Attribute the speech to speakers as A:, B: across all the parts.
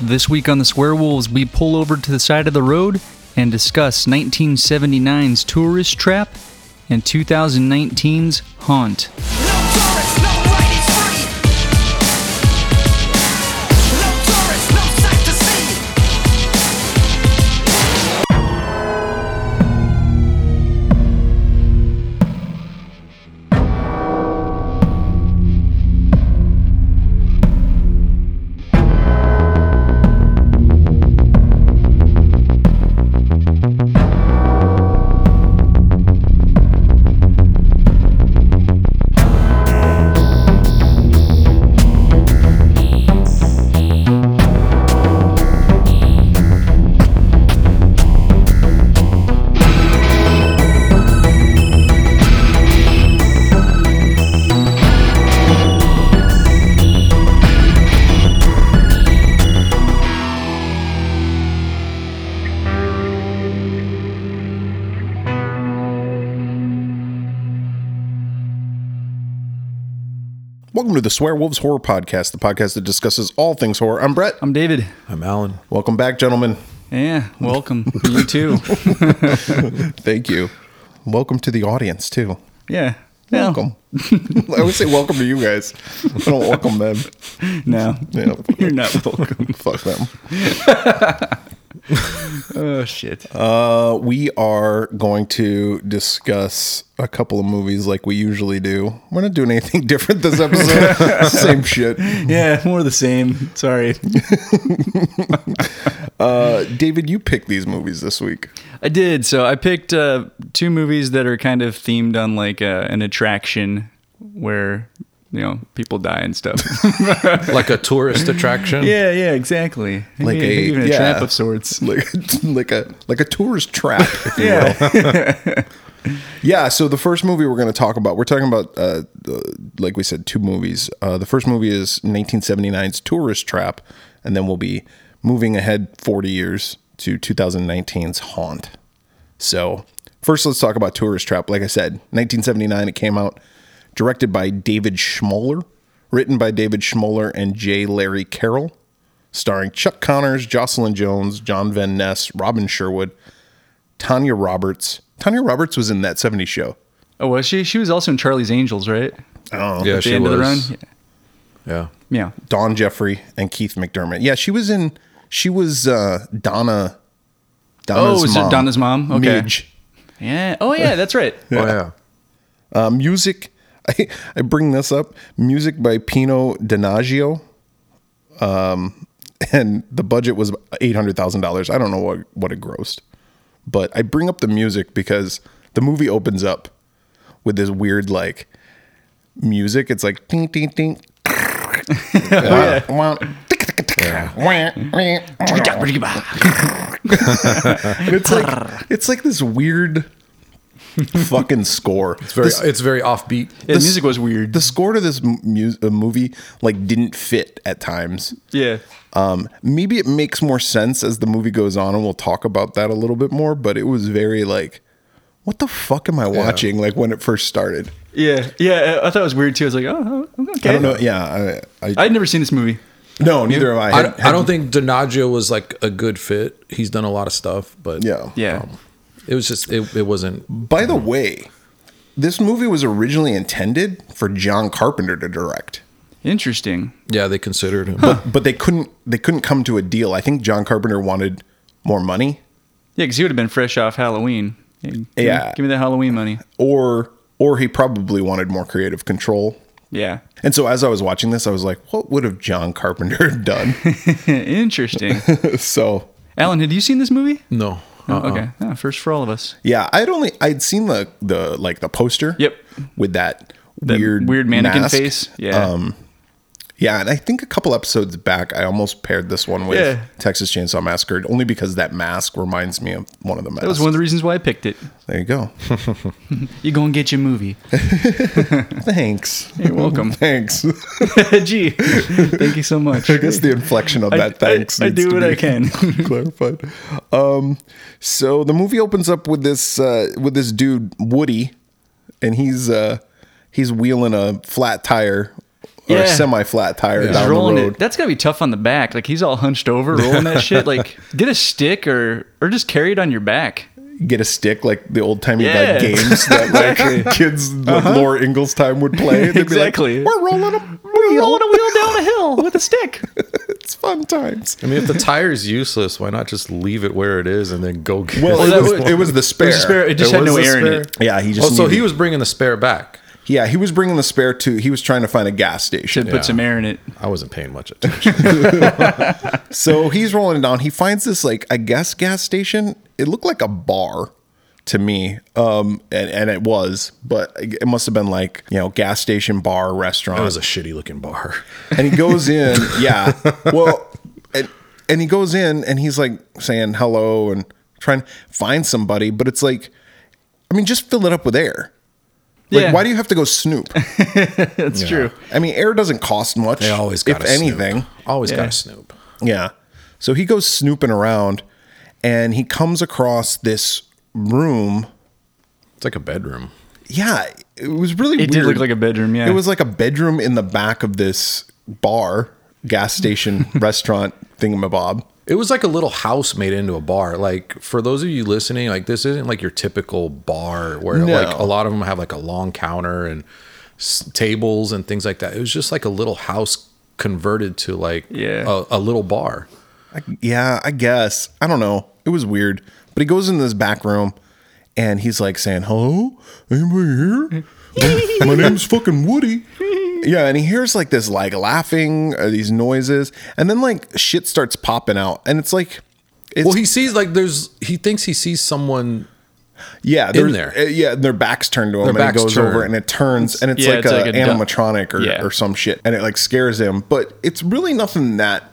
A: This week on the Swearwolves, we pull over to the side of the road and discuss 1979's Tourist Trap and 2019's Haunt.
B: No tourists, no light is free. No tourists, no sight to see.
C: Welcome to the Swear Wolves Horror Podcast, the podcast that discusses all things horror. I'm Brett.
A: I'm David.
D: I'm Alan.
C: Welcome back, gentlemen.
A: Yeah, welcome. you too.
C: Thank you. Welcome to the audience too.
A: Yeah. No.
C: Welcome. I always say welcome to you guys. I don't welcome them.
A: No.
C: Yeah,
A: You're not welcome.
C: fuck them.
A: Oh, shit.
C: Uh, we are going to discuss a couple of movies like we usually do. We're not doing anything different this episode. Same shit.
A: Yeah, more the same. Sorry.
C: Uh, David, you picked these movies this week.
A: I did. So I picked uh, two movies that are kind of themed on like uh, an attraction where you know people die and stuff.
D: Like a tourist attraction.
A: yeah, yeah, exactly.
C: Like
A: Maybe-
C: a-
A: maybe even a
C: yeah.
A: trap of sorts.
C: Like, like a like a tourist trap.
A: Yeah,
C: Yeah, so the first movie we're going to talk about, we're talking about, uh, the, like we said, two movies. Uh, the first movie is 1979's Tourist Trap, and then we'll be moving ahead 40 years to 2019's Haunt. So, first, let's talk about Tourist Trap. Like I said, 1979, it came out, directed by David Schmoller, written by David Schmoller and J. Larry Carroll, starring Chuck Connors, Jocelyn Jones, John Van Ness, Robin Sherwood, Tanya Roberts. Tanya Roberts was in that 70s show.
A: oh, was she? She was also in Charlie's Angels, right?
C: Oh,
D: Yeah,
A: At the
D: she
A: end
D: was.
A: of the run.
D: Yeah.
A: Yeah.
C: Dawn Jeffrey and Keith McDermott. Yeah, she was in. She was uh, Donna. Donna's
A: Oh, is it Donna's mom? Okay.
C: Midge.
A: yeah. Yeah. Oh, yeah. That's right.
D: Oh yeah.
C: Uh, music. I, I bring this up. Music by Pino Donaggio. Um, and the budget was eight hundred thousand dollars. I don't know what what it grossed, but I bring up the music because the movie opens up with this weird like music. It's like ding ding ding.
A: Oh,
C: Wah, wah, tick, tick, tick, wah, wah. And it's like it's like this weird fucking score. It's
D: Very. it's very offbeat.
A: Yeah, the music was weird.
C: the score to this mu- mu- uh, movie like didn't fit at times.
A: yeah.
C: Um, maybe it makes more sense as the movie goes on, and we'll talk about that a little bit more. But it was very like, what the fuck am I watching? Like when it first started,
A: Yeah. Yeah. I I thought it was weird too. I was like, oh, oh, okay.
C: I don't know. Yeah, I, I,
A: I'd never seen this movie.
C: no, neither have I.
D: I,
C: Had-
D: I don't think Donaggio was like a good fit. He's done a lot of stuff, but
C: Yeah.
A: Yeah.
D: it was just it, it wasn't.
C: By the way, this movie was originally intended for John Carpenter to direct.
A: Interesting.
D: Yeah, they considered him.
C: but they couldn't they couldn't come to a deal. I think John Carpenter wanted more money
A: Yeah, because he would have been fresh off Halloween. Yeah. give me-
C: Yeah.
A: Give me the Halloween money.
C: or or he probably wanted more creative control.
A: Yeah.
C: And so as I was watching this, I was like, what would have John Carpenter done?
A: Interesting.
C: so
A: Alan, had you seen this movie?
D: no.
A: Oh,
D: Uh-uh.
A: okay. Yeah, first for all of us.
C: yeah, I'd only I'd seen the the like the poster.
A: Yep.
C: With that
A: That
C: weird
A: weird mannequin
C: mask. Um,
A: face. Yeah.
C: Yeah, and I think a couple episodes back I almost paired this one with
A: Yeah.
C: Texas Chainsaw Massacre only because that mask reminds me of one of the masks.
A: that was one of the reasons why I picked it.
C: there you go.
A: You go and get your movie.
C: Thanks.
A: You're welcome.
C: Thanks.
A: Gee, thank you so much.
C: I guess the inflection of
A: I-
C: that
A: I-
C: thanks.
A: I
C: needs
A: do
C: to
A: what
C: be
A: I can.
C: clarified. Um, so the movie opens up with this uh, with this dude Woody, and he's uh, he's wheeling a flat tire or
A: Yeah.
C: a semi-flat tire
A: He's
C: down
A: rolling
C: the
A: it.
C: road.
A: That's gotta be tough on the back. Like he's all hunched over, rolling that shit. Like get a stick or or just carry it on your back.
C: Get a stick like the old timey
A: Yeah. Uh-huh.
C: like games that like kids like Laura Ingalls time would play. They'd
A: Exactly.
C: Be like, We're rolling a
A: You're
C: wheel.
A: rolling a wheel down a hill with a stick.
C: It's fun times.
D: I mean, if the tire's useless, why not just leave it where it is and then go get
C: Well,
D: it?
A: that
C: it, was,
A: was-
C: it was the spare.
A: It, spare, it just
D: There
A: had
D: was
A: no
D: a
A: air in
D: spare?
A: it.
C: Yeah, he just.
D: Oh, so he
C: needed-
D: was bringing the spare back.
C: Yeah, he was bringing the spare to. He was trying to find a gas
A: Should
C: station.
A: put some air in it.
D: I wasn't paying much attention.
C: So he's rolling down. He finds this like I guess gas station. It looked like a bar to me, um, and and it was, but it must have been like you know gas station bar restaurant.
D: That was a shitty looking bar.
C: and he goes in. yeah. Well, and, and he goes in and he's like saying hello and trying to find somebody, but it's like, I mean, just fill it up with air. Like,
A: Yeah.
C: why do you have to go snoop?
A: That's true.
C: I mean, air doesn't cost much.
D: They always got
C: if anything.
D: Always
A: Yeah.
D: got to snoop.
C: Yeah. So he goes snooping around and he comes across this room.
D: It's like a bedroom.
C: Yeah, it was really
A: It
C: weird.
A: did look like a bedroom, yeah.
C: It was like a bedroom in the back of this bar, gas station, restaurant thingamabob.
D: It was like a little house made into a bar. Like for those of you listening, like this isn't like your typical bar where
C: No.
D: like a lot of them have like a long counter and s- tables and things like that. It was just like a little house converted to like
A: Yeah.
D: a, a little bar.
C: Yeah, I guess. I don't know. It was weird. But he goes in this back room and he's like saying, Hello? Anybody here? My, my name's fucking Woody. Yeah, and he hears like this like laughing, uh, these noises, and then like shit starts popping out. And it's like it's,
D: Well, he sees like there's he thinks he sees someone.
C: yeah,
D: in
C: there's-
D: there.
C: uh, yeah, and their backs turned to him, and
D: backs
C: it goes
D: turn.
C: over, and it turns, and it's
A: yeah,
C: like
A: it's
C: a
A: like a duck.
C: animatronic or,
A: Yeah.
C: or some shit, and it like scares him. But it's really nothing that.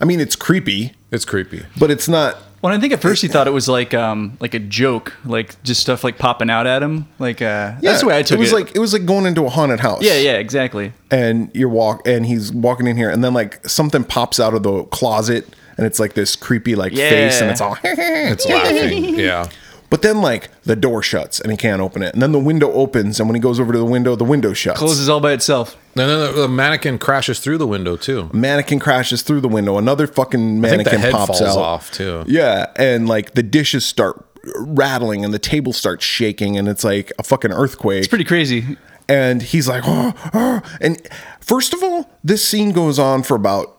C: I mean, it's creepy,
D: It's creepy.
C: but it's not.
A: Well, I think at first he thought it was like um like a joke, like just stuff like popping out at him. Like uh that's the way I took it.
C: It was like it was like going into a haunted house.
A: yeah, yeah, exactly.
C: And you're walk, and he's walking in here, and then like something pops out of the closet, and it's like this creepy like face, and
A: Yeah.
C: it's all.
D: It's laughing. Yeah.
C: But then like the door shuts, and he can't open it, and then the window opens, and when he goes over to the window, the window shuts.
A: Closes all by itself.
D: And then the, the mannequin crashes through the window too.
C: mannequin crashes through the window. Another fucking
D: I think
C: mannequin
D: the head
C: pops
D: falls
C: out.
D: off too.
C: Yeah, and like the dishes start rattling and the table starts shaking and it's like a fucking earthquake.
A: It's pretty crazy.
C: and he's like, oh, oh. and first of all, this scene goes on for about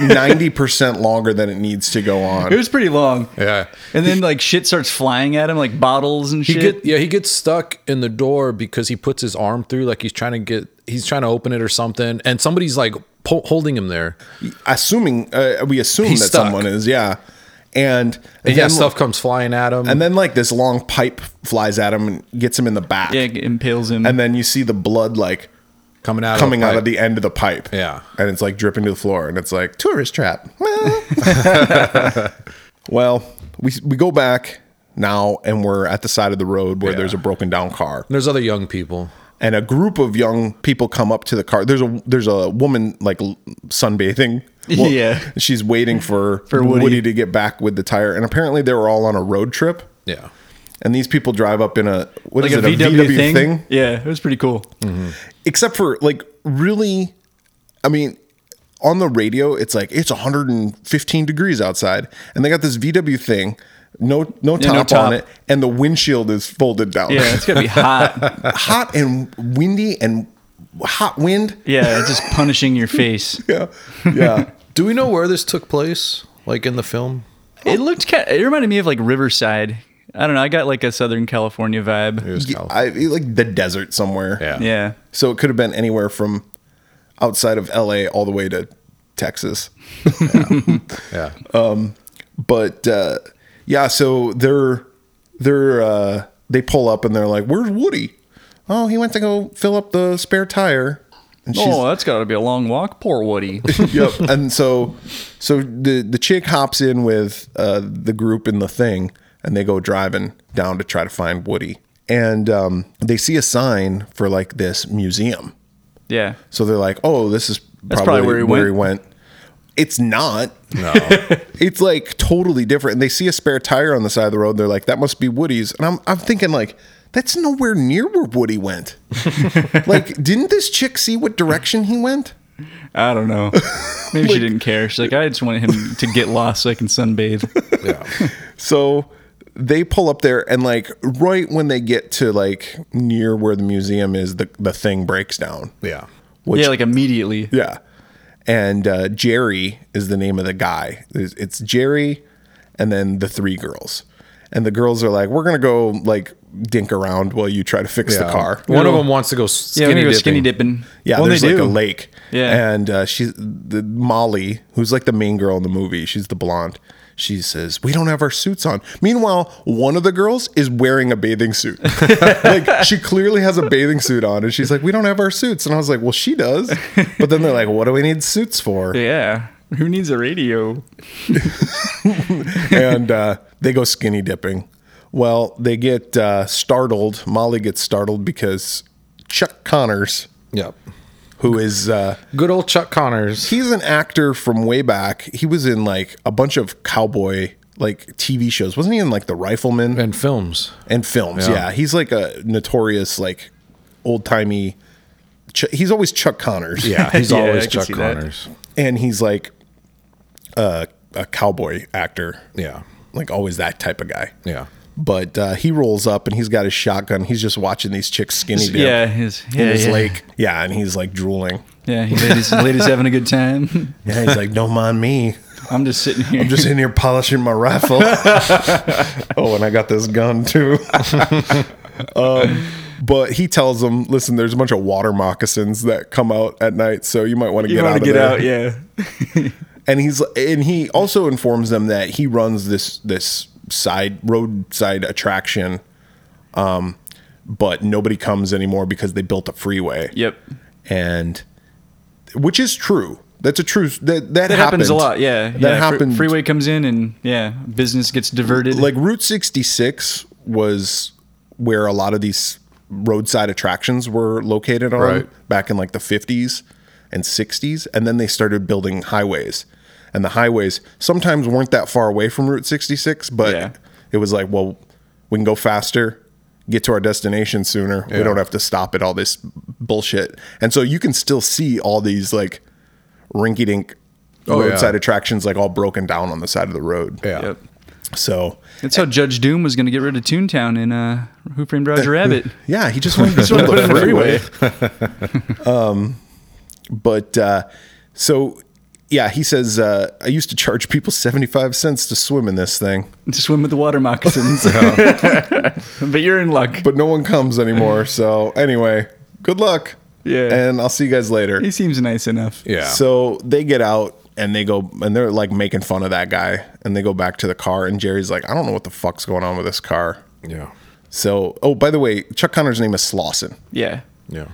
C: ninety percent longer than it needs to go
A: It
C: on.
A: was pretty long.
D: Yeah.
A: And then like shit starts flying at him, like bottles and
D: He
A: shit.
D: get yeah, he gets stuck in the door because he puts his arm through like he's trying to get he's trying to open it or something and somebody's like po- holding him there.
C: Assuming uh, we assume
D: He's
C: that
D: stuck.
C: someone is, yeah, and,
D: And yeah,
C: then-
D: stuff comes flying at him.
C: And then like this long pipe flies at him and gets him in the back,
A: yeah, it impales him.
C: and then you see the blood like
D: coming out
C: coming
D: of
C: out of the end of the pipe.
D: Yeah.
C: And it's like dripping to the floor and it's like tourist trap. well, we we go back now and we're at the side of the road where there's a broken down car.
D: There's other young people.
C: And a group of young people come up to the car. There's a there's a woman like l- sunbathing.
A: Yeah.
C: She's waiting for,
A: For
C: Woody.
A: Woody.
C: to get back with the tire. And apparently they were all on a road trip.
D: Yeah.
C: And these people drive up in a what
A: like
C: is
A: a
C: it,
A: VW, thing. Yeah, it was pretty cool.
C: Mm. except for like really i mean on the radio it's like it's 115 degrees outside and they got this vw thing no no top,
A: Yeah, no top.
C: on it and the windshield is folded down
A: Yeah, it's gonna be hot.
C: hot and windy and hot wind
A: yeah, it's just punishing your face.
C: yeah yeah
D: Do we know where this took place? Like in the film?
A: It looked kind. It reminded me of like Riverside. I don't know. I got like a Southern California vibe.
D: It was California.
C: I, like the desert somewhere
D: Oh. Yeah.
A: Yeah.
C: so it could have been anywhere from outside of la all the way to texas
D: yeah.
C: but uh, yeah, so they're they're uh, they pull up and they're like, "Where's Woody? Oh, he went to go fill up the spare tire." And she's,
A: Oh, that's got to be a long walk. Poor Woody.
C: yep. And so so the the chick hops in with uh, the group in the thing, and they go driving down to try to find Woody. And um, they see a sign for like this museum.
A: yeah.
C: So they're like, "Oh, this is probably,
A: probably
C: where,
A: where
C: he,
A: he
C: went." It's not.
D: No.
C: It's like totally different. And they see a spare tire on the side of the road. They're like, "That must be Woody's." And I'm, I'm thinking like, "That's nowhere near where Woody went." like, didn't this chick see what direction he went?
A: I don't know. Maybe she didn't care. She's like, I just wanted him to get lost so I can sunbathe.
D: Yeah.
C: So they pull up there and like right when they get to like near where the museum is, the the thing breaks down.
D: Yeah.
C: Which,
A: yeah, like immediately.
C: Yeah. And uh, Jerry is the name of the guy. It's, it's Jerry and then the three girls. And the girls are like, we're going to go like dink around while you try to fix the
D: Yeah.
C: car.
D: One of
A: No.
D: them wants to go
A: Yeah,
D: skinny
A: we go
D: dipping.
A: skinny dipping.
C: Yeah,
A: well,
C: there's
A: they
C: like
A: do.
C: a lake.
A: Yeah.
C: And uh, she's the Molly, who's like the main girl in the movie. She's the blonde. She says, "We don't have our suits on." Meanwhile, one of the girls is wearing a bathing suit. like she clearly has a bathing suit on, and she's like, "We don't have our suits." And I was like, "Well, she does." But then they're like, "What do we need suits for?"
A: Yeah. Who needs a radio?
C: and uh, they go skinny dipping. Well, they get uh, startled. Molly gets startled because Chuck Connors,
D: Yep.
C: who is uh,
D: Good old Chuck Connors.
C: he's an actor from way back. He was in like a bunch of cowboy like TV shows. Wasn't he in like The Rifleman and,
D: And films.
C: films? Yeah.
D: Yeah.
C: he's like a notorious like old timey. Ch- he's always Chuck Connors.
D: Yeah, he's
A: Yeah, I
D: always
A: can
D: Chuck
A: see that.
D: Connors.
C: and he's like a, a cowboy actor.
D: Yeah.
C: like always that type of guy.
D: Yeah.
C: But uh, he rolls up and he's got his shotgun. He's just watching these chicks skinny dip
A: Yeah, his, yeah,
C: in his
A: yeah.
C: lake. Yeah, and he's like drooling.
A: Yeah, he ladies, ladies having a good time.
C: Yeah, he's like, "Don't mind me."
A: I'm just sitting here.
C: I'm just in here polishing my rifle. oh, and I got this gun too. um, but he tells them, listen, there's a bunch of water moccasins that come out at night, so you might want to
A: you
C: get
A: want
C: out.
A: to
C: Of
A: get
C: there.
A: out, yeah.
C: And he's and he also informs them that he runs this this side roadside attraction, um, but nobody comes anymore because they built a freeway.
A: Yep.
C: and which is true. That's a true that that,
A: That happens a
C: happened.
A: lot, yeah.
C: that
A: yeah. fr-
C: happened.
A: freeway comes in and, yeah, business gets diverted.
C: like Route 66 was where a lot of these roadside attractions were located on
D: Right.
C: back in like the 50s and 60s and then they started building highways and the highways sometimes weren't that far away from Route 66 but
A: Yeah.
C: it was like well we can go faster get to our destination sooner we
D: Yeah.
C: don't have to stop at all this bullshit and so you can still see all these like rinky-dink
D: Oh, yeah.
C: roadside attractions like all broken down on the side of the road
D: Yeah.
A: yep.
C: so
A: That's how Judge Doom was going to get rid of Toontown in uh, Who Framed Roger Rabbit.
C: Yeah, he just wanted to build
A: Put it
C: a
A: in the
C: freeway. um, but uh, so yeah, he says uh, I used to charge people seventy five cents to swim in this thing,
A: to swim with the water moccasins. but you're in luck.
C: but no one comes anymore. So anyway, good luck.
A: Yeah.
C: and I'll see you guys later.
A: he seems nice enough.
D: Yeah.
C: So they get out and they go and they're like making fun of that guy and they go back to the car and Jerry's like, I don't know what the fuck's going on with this car.
D: yeah.
C: So oh, by the way, Chuck Connor's name is Slauson.
A: Yeah.
D: Yeah.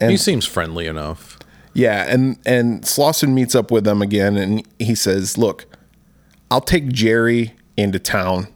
C: And-
D: he seems friendly enough.
C: Yeah, and and Slauson meets up with them again, and he says, "Look, I'll take Jerry into town.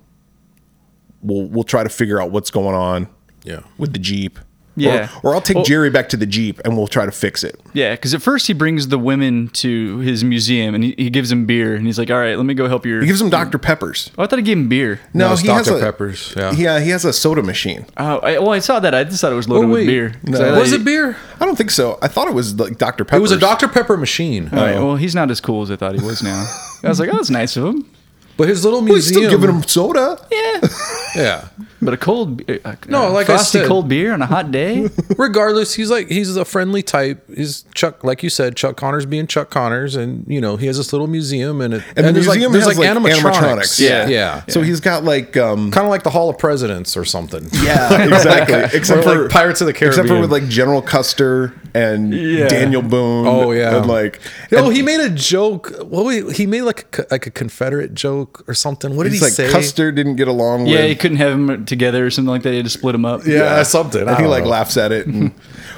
C: We'll we'll try to figure out what's going on
D: Yeah.
C: with the jeep.
A: Yeah.
C: or, or I'll take
A: Well-
C: Jerry back to the jeep, and we'll try to fix it.
A: Yeah, because at first he brings the women to his museum and he, he gives them beer and he's like, "All right, let me go help your."
C: He gives him Dr Peppers.
A: oh, I thought he gave him beer.
C: No,
D: it's
C: he
D: Dr.
C: has a
D: Peppers, yeah.
C: yeah, he has a soda machine.
A: Oh, I, well, I saw that. I just thought it was loaded with beer. 'Cause I-
D: Oh, Was it beer?
C: I don't think so. I thought it was like Dr Pepper.
D: It was a Dr. Pepper machine.
A: All right. Well, he's not as cool as I thought he was. Now I was like, "Oh, that's nice of him."
D: But his little
C: He's
D: museum.
C: still giving him soda.
A: Yeah.
D: yeah.
A: But a cold, be- uh,
D: No,
A: uh,
D: like I
A: frosty
D: said-
A: cold beer on a hot day.
D: Regardless, he's like he's a friendly type. He's Chuck, like you said, Chuck Connors being Chuck Connors, and you know he has this little museum, and it,
C: And the
D: there's
C: museum
D: like,
C: has,
D: there's
C: like, animatronics.
A: Yeah.
D: Yeah, yeah.
C: So he's got like um,
D: kind of like the Hall of Presidents or something.
C: Yeah, exactly. Except
D: Or like
C: for
D: Pirates of the
C: Except for
D: Caribbean.
C: with like General Custer and
A: Yeah.
C: Daniel Boone.
D: Oh, yeah.
C: and like
D: No,
C: and
D: he made a joke. Well, he, he made like a, co- like a Confederate joke or something. What did
C: he's
D: he
C: like
D: say?
C: Custer didn't get along
A: yeah,
C: with.
A: he couldn't have them together or something like that. He had to split them up.
D: Yeah, something. I
C: And he
D: don't
C: like
D: know.
C: laughs at it, and,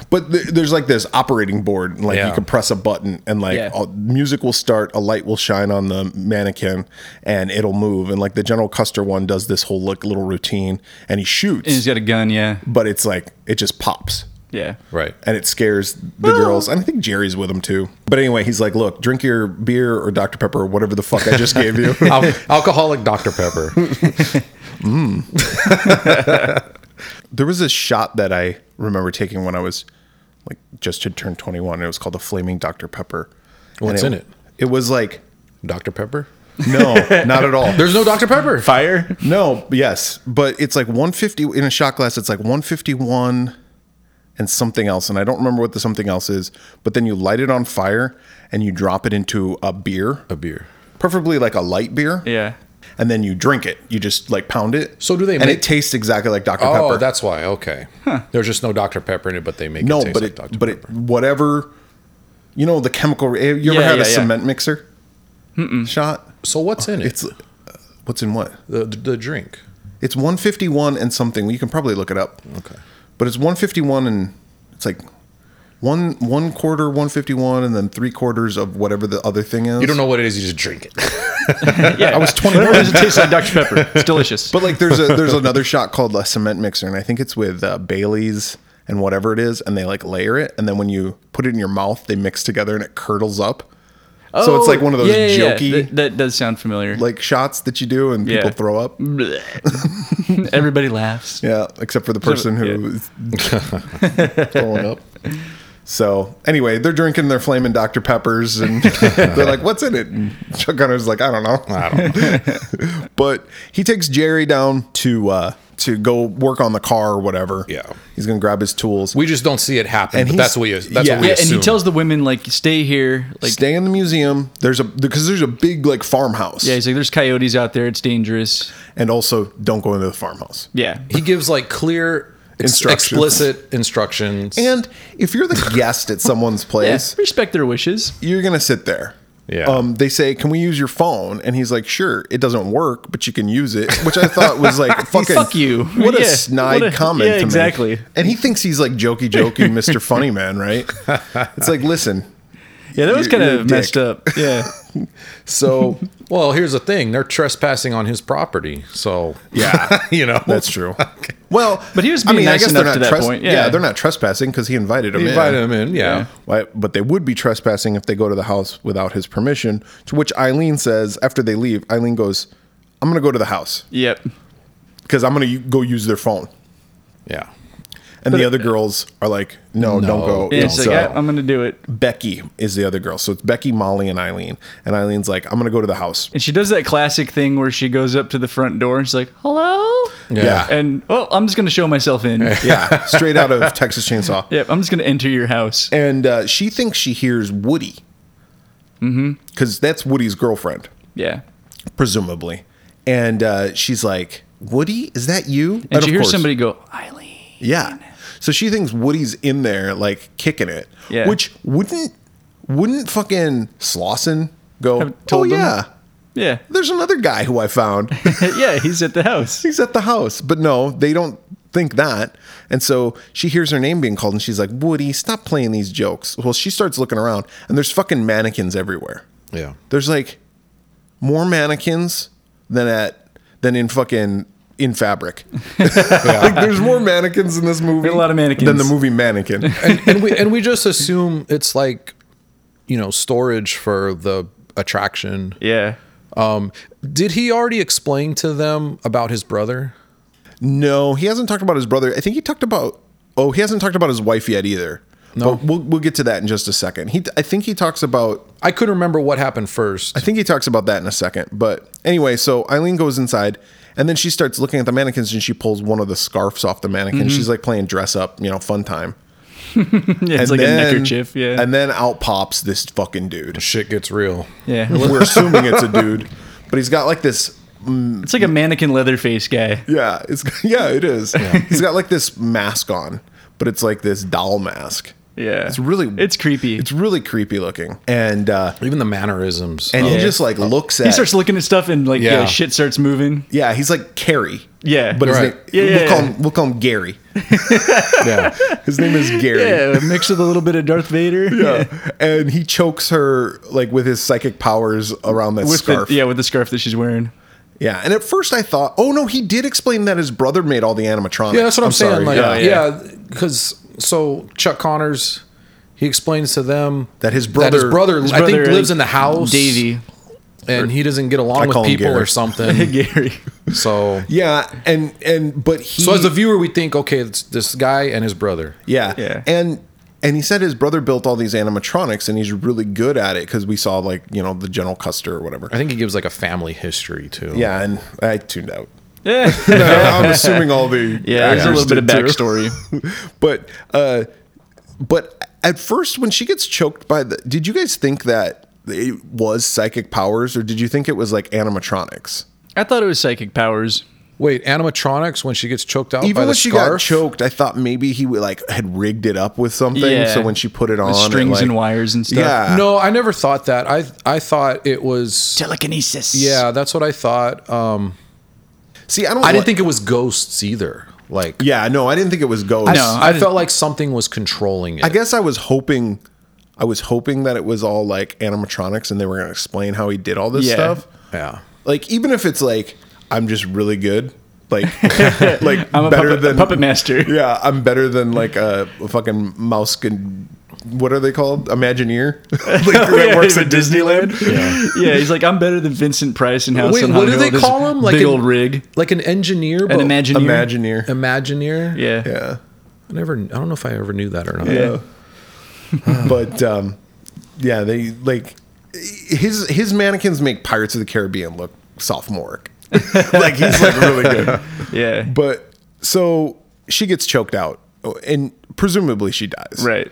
C: but th- there's like this operating board, and like
D: Yeah.
C: you can press a button, and like
A: Yeah.
C: all- music will start, a light will shine on the mannequin, and it'll move, and like the General Custer one does this whole like little routine, and he shoots,
A: And he's got a gun. Yeah.
C: but it's like it just pops.
A: Yeah.
D: Right.
C: and it scares the girls. And I think Jerry's with him too. But anyway, he's like, "Look, drink your beer or Dr Pepper or whatever the fuck I just gave you."
D: Al- alcoholic Dr. Pepper.
C: there was this shot that I remember taking when I was like just had turned 21. It was called the Flaming Dr Pepper.
D: What's
C: And
D: in it?
C: It was like
D: Dr. Pepper?
C: no, not at all.
D: There's no Dr. Pepper.
E: Fire.
C: No, yes, but it's like 150 in a shot glass. It's like 151 and something else, and I don't remember what the something else is. But then you light it on fire and you drop it into a beer,
D: A beer.
C: preferably like a light beer.
A: Yeah.
C: and then you drink it. You just like pound it.
D: So do they
C: And
D: make-
C: it tastes exactly like Dr
D: Oh,
C: Pepper.
D: that's why. Okay. There's just no Dr. Pepper in it, but they make
C: no,
D: it taste
C: but
D: like
C: it,
D: Dr.
C: but
D: Pepper.
C: it, whatever. You know the chemical. eh, You ever
A: Yeah,
C: had
A: yeah,
C: a
A: yeah.
C: cement mixer shot?
D: so what's in it?
C: It's uh, what's in what?
D: the, the, the drink.
C: It's 151 and something. You can probably look it up.
D: Okay.
C: But it's 151 and it's like one one quarter 151 and then three quarters of whatever the other thing is.
D: You don't know what it is, you just drink it.
A: Yeah. I was 20. Whatever it is, it tastes like Dr. Pepper. It's delicious.
C: But like there's a there's another shot called a cement mixer, and I think it's with uh, Bailey's and whatever it is, and they like layer it, and then when you put it in your mouth, they mix together and it curdles up. so it's like one of those
A: Oh, yeah, yeah, yeah.
C: jokey
A: That, that does sound familiar.
C: like shots that you do, and people
A: Yeah. Mm.
C: throw up.
A: Blech. Everybody laughs.
C: Yeah, except for the person who is throwing up. So anyway, they're drinking their flaming Dr Peppers, and they're like, "What's in it?" And Chuck Gunner's like, "I don't know."
D: I don't know.
C: but he takes Jerry down to uh to go work on the car or whatever.
D: Yeah.
C: He's gonna grab his tools.
D: We just don't see it happen,
C: And
D: but
C: he's-
D: that's what you that's
C: yeah.
D: what we
A: Yeah,
D: assume.
A: and he tells the women like, "Stay here." Like,
C: stay in the museum. There's a because there's a big like farmhouse.
A: yeah, he's like, "There's coyotes out there. It's dangerous."
C: And also don't go into the farmhouse.
A: Yeah,
D: he gives like clear ex-
C: Instructions.
D: explicit instructions.
C: And if you're the guest at someone's
A: yeah.
C: place,
A: Respect their wishes.
C: you're gonna sit there.
D: Yeah.
C: Um, they say, "Can we use your phone?" And he's like, "Sure." It doesn't work, but you can use it, which I thought was like, "Fucking
A: Fuck you.
C: What a
A: Yeah.
C: snide
A: What a-
C: comment.
A: yeah,
C: to make.
A: exactly.
C: And he thinks he's like jokey, jokey, Mister Funny Man, right? It's like, listen.
A: Yeah, that was
C: You're-
A: kind
C: you're a
A: of
C: dick.
A: messed up. Yeah,
C: So
D: well, here's the thing: they're trespassing on his property, so
C: yeah,
D: you know
C: That's true. Well,
A: But he was being nice
C: they're
A: enough
C: not
A: to that point, yeah.
C: they're not trespassing because he invited him.
D: He invited him in, yeah.
A: Yeah.
C: Why- But they would be trespassing if they go to the house without his permission. To which Eileen says, after they leave, Eileen goes, "I'm going to go to the house
A: yep.
C: because I'm going to go use their phone."
D: Yeah.
C: And the other girls are like, "No,
D: No.
C: don't
A: uh, Yeah,
C: go."
A: um,
D: No,
A: it's like,
C: so
A: I, I'm gonna do it,
C: Becky is the other girl. So it's Becky, Molly, and Eileen. And Eileen's like, "I'm going to go to the house."
A: and she does that classic thing where she goes up to the front door and she's like, "Hello,"
C: Yeah.
A: and oh, I'm just gonna show myself in.
C: yeah, straight out of Texas Chainsaw.
A: Yep, I'm just gonna enter your house.
C: And uh, she thinks she hears Woody
A: Mm-hmm.
C: because that's Woody's girlfriend.
A: Yeah,
C: presumably. And uh, she's like, Woody, is that you?
A: and
C: of
A: she hears
C: course-
A: somebody go, "Eileen."
C: Yeah. So she thinks Woody's in there, like kicking it.
A: Yeah.
C: Which wouldn't wouldn't fucking Slauson go? Oh
A: told them?
C: yeah.
A: Yeah,
C: There's another guy who I found.
A: yeah, he's at the house.
C: He's at the house, but no, they don't think that. And so she hears her name being called, and she's like, Woody, stop playing these jokes. Well, she starts looking around, and there's fucking mannequins everywhere.
D: Yeah.
C: There's like more mannequins than at than in fucking in fabric. like there's more mannequins in this movie.
A: There are a lot of mannequins.
C: than the movie Mannequin.
D: and we and we just assume it's like you know storage for the attraction
A: Yeah,
D: um did he already explain to them about his brother
C: no, he hasn't talked about his brother. I think he talked about oh he hasn't talked about his wife yet either. No, but we'll we'll get to that in just a second. He I think he talks about
D: i couldn't remember what happened first
C: I think he talks about that in a second. But anyway, so Eileen goes inside and then she starts looking at the mannequins and she pulls one of the scarves off the mannequin.
A: Mm-hmm.
C: She's like playing dress up, you know, fun time.
A: yeah, it's like a neckerchief. Yeah,
C: And then out pops this fucking dude.
D: shit gets real
A: yeah,
C: We're assuming it's a dude, but he's got like this.
A: it's like a mannequin leather face guy.
C: Yeah, it's yeah, it is. he's got like this mask on, but it's like this doll mask.
A: Yeah.
C: it's really
A: It's creepy.
C: It's really creepy looking, and uh,
D: even the mannerisms
C: and he
A: Yeah.
C: just like looks at.
A: He starts looking at stuff and like yeah.
D: Yeah.
A: shit starts moving.
C: yeah, he's like Carrie.
A: Yeah.
C: but his
D: Right.
C: name,
A: Yeah,
C: we'll
A: yeah,
C: call
A: yeah.
C: him we'll call him Gary.
D: yeah
C: His name is Gary.
A: Yeah, a mix with a little bit of Darth Vader.
C: Yeah. and he chokes her like with his psychic powers around that
A: With
C: scarf.
A: the yeah, with the scarf that she's wearing.
C: Yeah, and at first I thought, oh no, he did explain that his brother made all the animatronics.
D: yeah that's what i'm, saying
C: sorry.
D: like
C: Yeah.
A: Yeah, yeah.
D: yeah because so chuck connors he explains to them
C: That his
D: that his
C: brother-
D: brother,
A: His
D: i think
A: brother,
D: lives
A: like,
D: in the house
A: Davy.
D: and he doesn't get along
C: I call
D: with
C: him
D: people
C: Gary.
D: or something
A: Gary.
D: so
C: yeah, and and but he
D: so as a viewer we think okay it's this guy and his brother
C: yeah,
A: Yeah.
C: and And he said his brother built all these animatronics and he's really good at it because we saw, like, you know, the General Custer or whatever.
D: I think he gives like a family history too.
C: Yeah, and I tuned out.
A: Yeah,
C: I'm assuming all the.
A: there's a
C: actors
A: little bit of
C: did too.
A: backstory.
C: but uh but at first when she gets choked by the did you guys think that it was psychic powers or did you think it was like animatronics
A: I thought it was psychic powers.
D: Wait, animatronics when she gets choked out by
C: even
D: the
C: when she got
D: scarf?
C: choked i thought maybe he would, like had rigged it up with something
A: Yeah.
C: so when she put it on
A: With
C: it,
A: strings
C: like-
A: and wires and stuff.
C: yeah
D: No, I never thought that. I I thought it was
A: Telekinesis.
D: Yeah, that's what I thought. Um
C: see i don't
D: I didn't
C: like-
D: think it was ghosts either. Like
C: yeah no i didn't think it was ghosts
A: No, I
D: I,
A: didn't-
D: felt like something was controlling it.
C: I guess I was hoping, I was hoping that it was all like animatronics, and they were going to explain how he did all this
A: Yeah.
C: stuff.
D: Yeah.
C: Like even if it's like I'm just really good, like like
A: I'm a
C: better
A: puppet,
C: than
A: a puppet master.
C: Yeah, I'm better than like a fucking mouse. Can, what are they called? Imagineer. like that
A: Oh, Yeah,
C: works
A: he's
C: at Disneyland.
A: Yeah. he's like, I'm better than Vincent Price and how
D: Wait,
A: somehow
D: what do
A: he
D: they
A: built this
D: call him? Like
A: big
D: an-
A: old rig,
D: Like an engineer, but
A: an Imagineer.
C: Imagineer.
D: Imagineer.
A: Yeah.
C: Yeah. Oh.
D: I never. I don't know if I ever knew that or not.
A: Yeah.
C: but um, yeah, they like his his mannequins make Pirates of the Caribbean look sophomoric. like he's like really good.
A: yeah,
C: But so she gets choked out, uh, and presumably she dies.
A: right.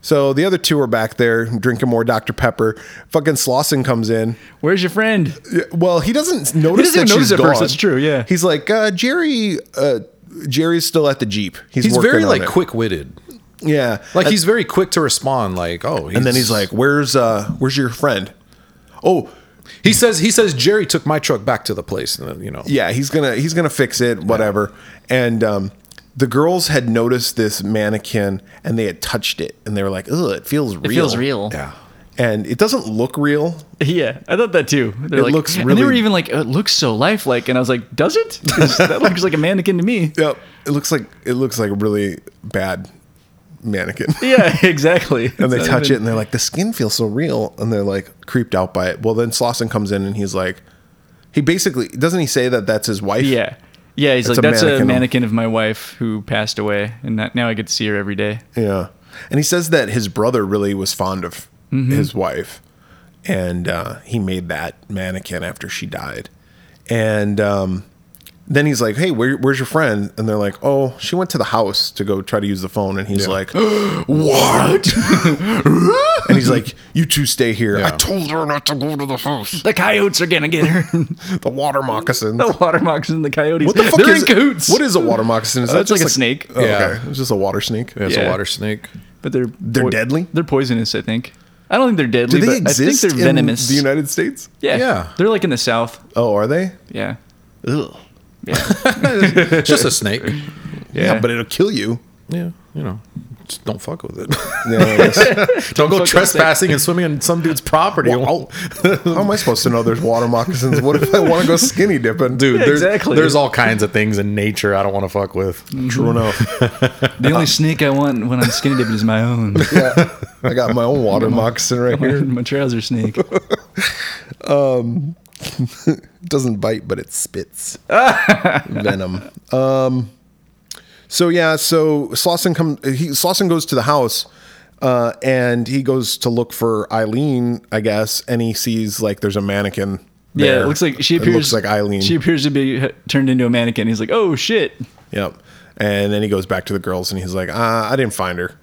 C: So the other two are back there drinking more Dr Pepper. Fucking Slauson comes in.
A: Where's your friend?
C: Yeah, Well, he doesn't notice.
A: even
C: that
A: notice
C: she's
A: at first,
C: gone.
A: that's true, yeah.
C: he's like uh, Jerry. Uh, Jerry's still at the jeep. He's,
D: He's
C: working
D: very
C: on
D: like
C: it.
D: quick witted.
C: Yeah,
D: Like he's very quick to respond. Like oh,
C: and then he's like, "Where's uh, where's your friend?" Oh,
D: he says he says Jerry took my truck back to the place. And then, you know.
C: yeah he's gonna he's gonna fix it whatever and um the girls had noticed this mannequin and they had touched it and they were like oh it feels real
D: Yeah.
C: and it doesn't look real
A: Yeah, I thought that too. They're
C: It
A: like,
C: looks
A: And they were
C: really-
A: even like, "Oh, it looks so lifelike, and I was like, does it? 'Cause that looks like a mannequin to me.
C: yep it looks like it looks like a really bad mannequin
A: Yeah, exactly.
C: and they touch it and they're like the skin feels so real and they're like creeped out by it well then Slauson comes in and he's like he basically doesn't he say that that's his wife
A: Yeah, yeah. He's
C: That's
A: like,
C: a
A: that's a
C: mannequin.
A: mannequin of my wife who passed away, and that, now I get to see her every day.
C: Yeah. And he says that his brother really was fond of
A: Mm-hmm.
C: his wife. And uh, he made that mannequin after she died. And um, then he's like, hey, where, where's your friend? And they're like, oh, she went to the house to go try to use the phone. And he's like, what? and he's like, you two stay here. I told her not to go to the house.
A: The coyotes are gonna get her.
C: The water moccasin.
A: the water moccasin and the coyotes.
C: What the fuck
A: Oh, They're
C: is
A: in cahoots.
C: What is a water moccasin? Is
A: Uh, it's like a snake.
C: Oh,
D: Yeah.
C: Okay. It's just a water snake.
D: It's
A: Yeah.
D: a water snake.
A: But they're
C: They're deadly?
A: They're poisonous. I think. I don't think they're deadly.
C: Do they
A: but
C: exist
A: I think they're venomous.
C: in the United States?
A: yeah.
D: Yeah.
A: they're like in the south.
C: Oh, are they?
A: Yeah.
C: Ugh.
D: It's just a snake.
C: Yeah, but it'll kill you.
D: Yeah. You know. Just don't fuck with it.
C: Yeah,
D: don't go
A: fuck with a snake.
D: trespassing and swimming on some dude's property.
C: How am I supposed to know there's water moccasins? What if I want to go skinny dipping?
D: Dude, there's,
A: exactly.
D: there's all kinds of things in nature I don't want to fuck with.
C: true enough.
A: the only snake I want when I'm skinny dipping is my own.
C: Yeah. I got my own water moccasin right here.
A: my trouser snake.
C: It doesn't bite, but it spits venom. Um, so yeah, so Slauson come. He Slauson goes to the house, uh, and he goes to look for Eileen, I guess, and he sees like there's a mannequin.
A: Yeah,
C: there.
A: it looks like she
C: It
A: appears
C: looks like Eileen.
A: She appears to be h- turned into a mannequin. He's like, "Oh shit,
C: Yep. And then he goes back to the girls and he's like, uh, I didn't find her.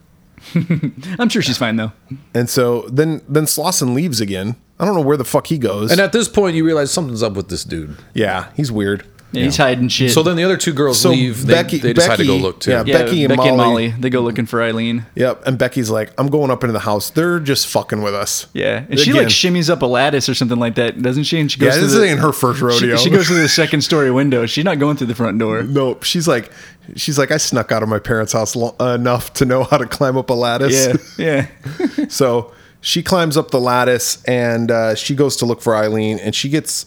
A: I'm sure she's fine though."
C: And so then then Slauson leaves again. I don't know where the fuck he goes.
D: And at this point, you realize something's up with this dude.
C: yeah, he's weird.
A: Yeah, He's hiding shit.
D: So then the other two girls
C: So
D: leave. They,
C: Becky-
D: they decide to go
C: Becky-
D: look too.
C: yeah,
A: yeah,
C: Becky and Molly-
A: they go looking for Eileen.
C: Yep. And Becky's like, I'm going up into the house. They're just fucking with us.
A: Yeah, and she
C: Again.
A: like shimmies up a lattice or something like that, doesn't she? And she
C: Yeah,
A: goes.
C: this
A: to the,
C: ain't her first rodeo.
A: She, she goes to the second story window. She's not going through the front door.
C: Nope. She's like, she's like, I snuck out of my parents' house lo- enough to know how to climb up a lattice.
A: Yeah, yeah.
C: so she climbs up the lattice and uh, she goes to look for Eileen, and she gets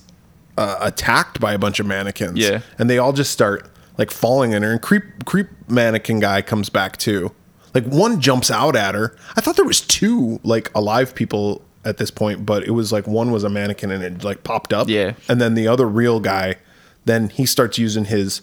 C: uh, attacked by a bunch of mannequins.
A: Yeah.
C: and they all just start like falling on her, and creep creep mannequin guy comes back too. Like one jumps out at her. I thought there was two like alive people at this point, but it was like one was a mannequin and it like popped up.
A: Yeah.
C: and then the other real guy. Then he starts using his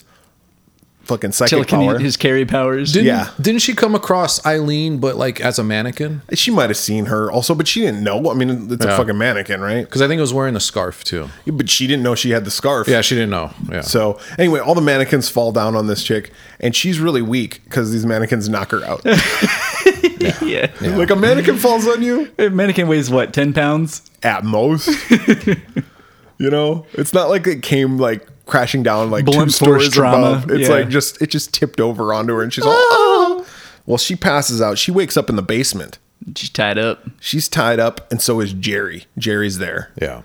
C: fucking psychic power.
A: Telekinesis, his carry powers.
D: Didn't,
C: Yeah.
D: Didn't she come across Eileen, but like as a mannequin?
C: she might have seen her also, but she didn't know. I mean, it's a
D: Yeah.
C: fucking mannequin, right?
D: Because I think it was wearing a scarf too.
C: But she didn't know she had the scarf.
D: Yeah, she didn't know. Yeah.
C: So anyway, all the mannequins fall down on this chick, and she's really weak because these mannequins knock her out.
A: yeah.
C: Like a mannequin falls on you
A: A Mannequin weighs what, 10 pounds?
C: at most. you know, it's not like it came like crashing down like two
A: Blimp
C: stories
A: force trauma.
C: above. It's
A: Yeah.
C: like just it just tipped over onto her, and she's all. "Ah." Well, she passes out. She wakes up in the basement.
A: She's tied up.
C: She's tied up, and so is Jerry. Jerry's there.
D: yeah.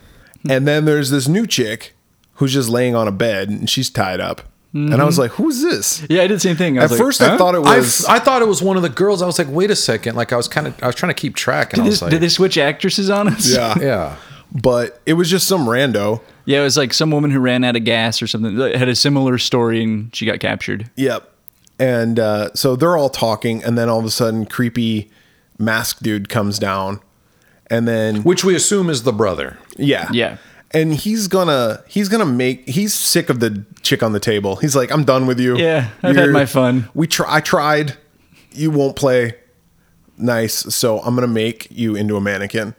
C: And then there's this new chick who's just laying on a bed and she's tied up. And I was like, who's this?
A: Mm-hmm. Yeah, I did the same thing. I was
C: At
A: like,
C: first, I
A: huh?
C: thought it
D: I,
C: was.
D: I thought it was one of the girls. I was like, wait a second. Like I was kind of I was trying to keep track, and
A: Did
D: I
A: this-
D: was like,
A: did they switch actresses on us?
C: yeah.
D: yeah,
C: But it was just some rando.
A: Yeah, it was like some woman who ran out of gas or something that had a similar story and she got captured.
C: Yep. And uh, so they're all talking. And then all of a sudden, creepy mask dude comes down. And then,
D: which we assume is the brother.
C: yeah.
A: Yeah.
C: And he's gonna he's gonna make he's sick of the chick on the table. He's like, I'm done with you.
A: Yeah, I've had my fun.
C: We try I tried. You won't play. Nice. So I'm gonna make you into a mannequin.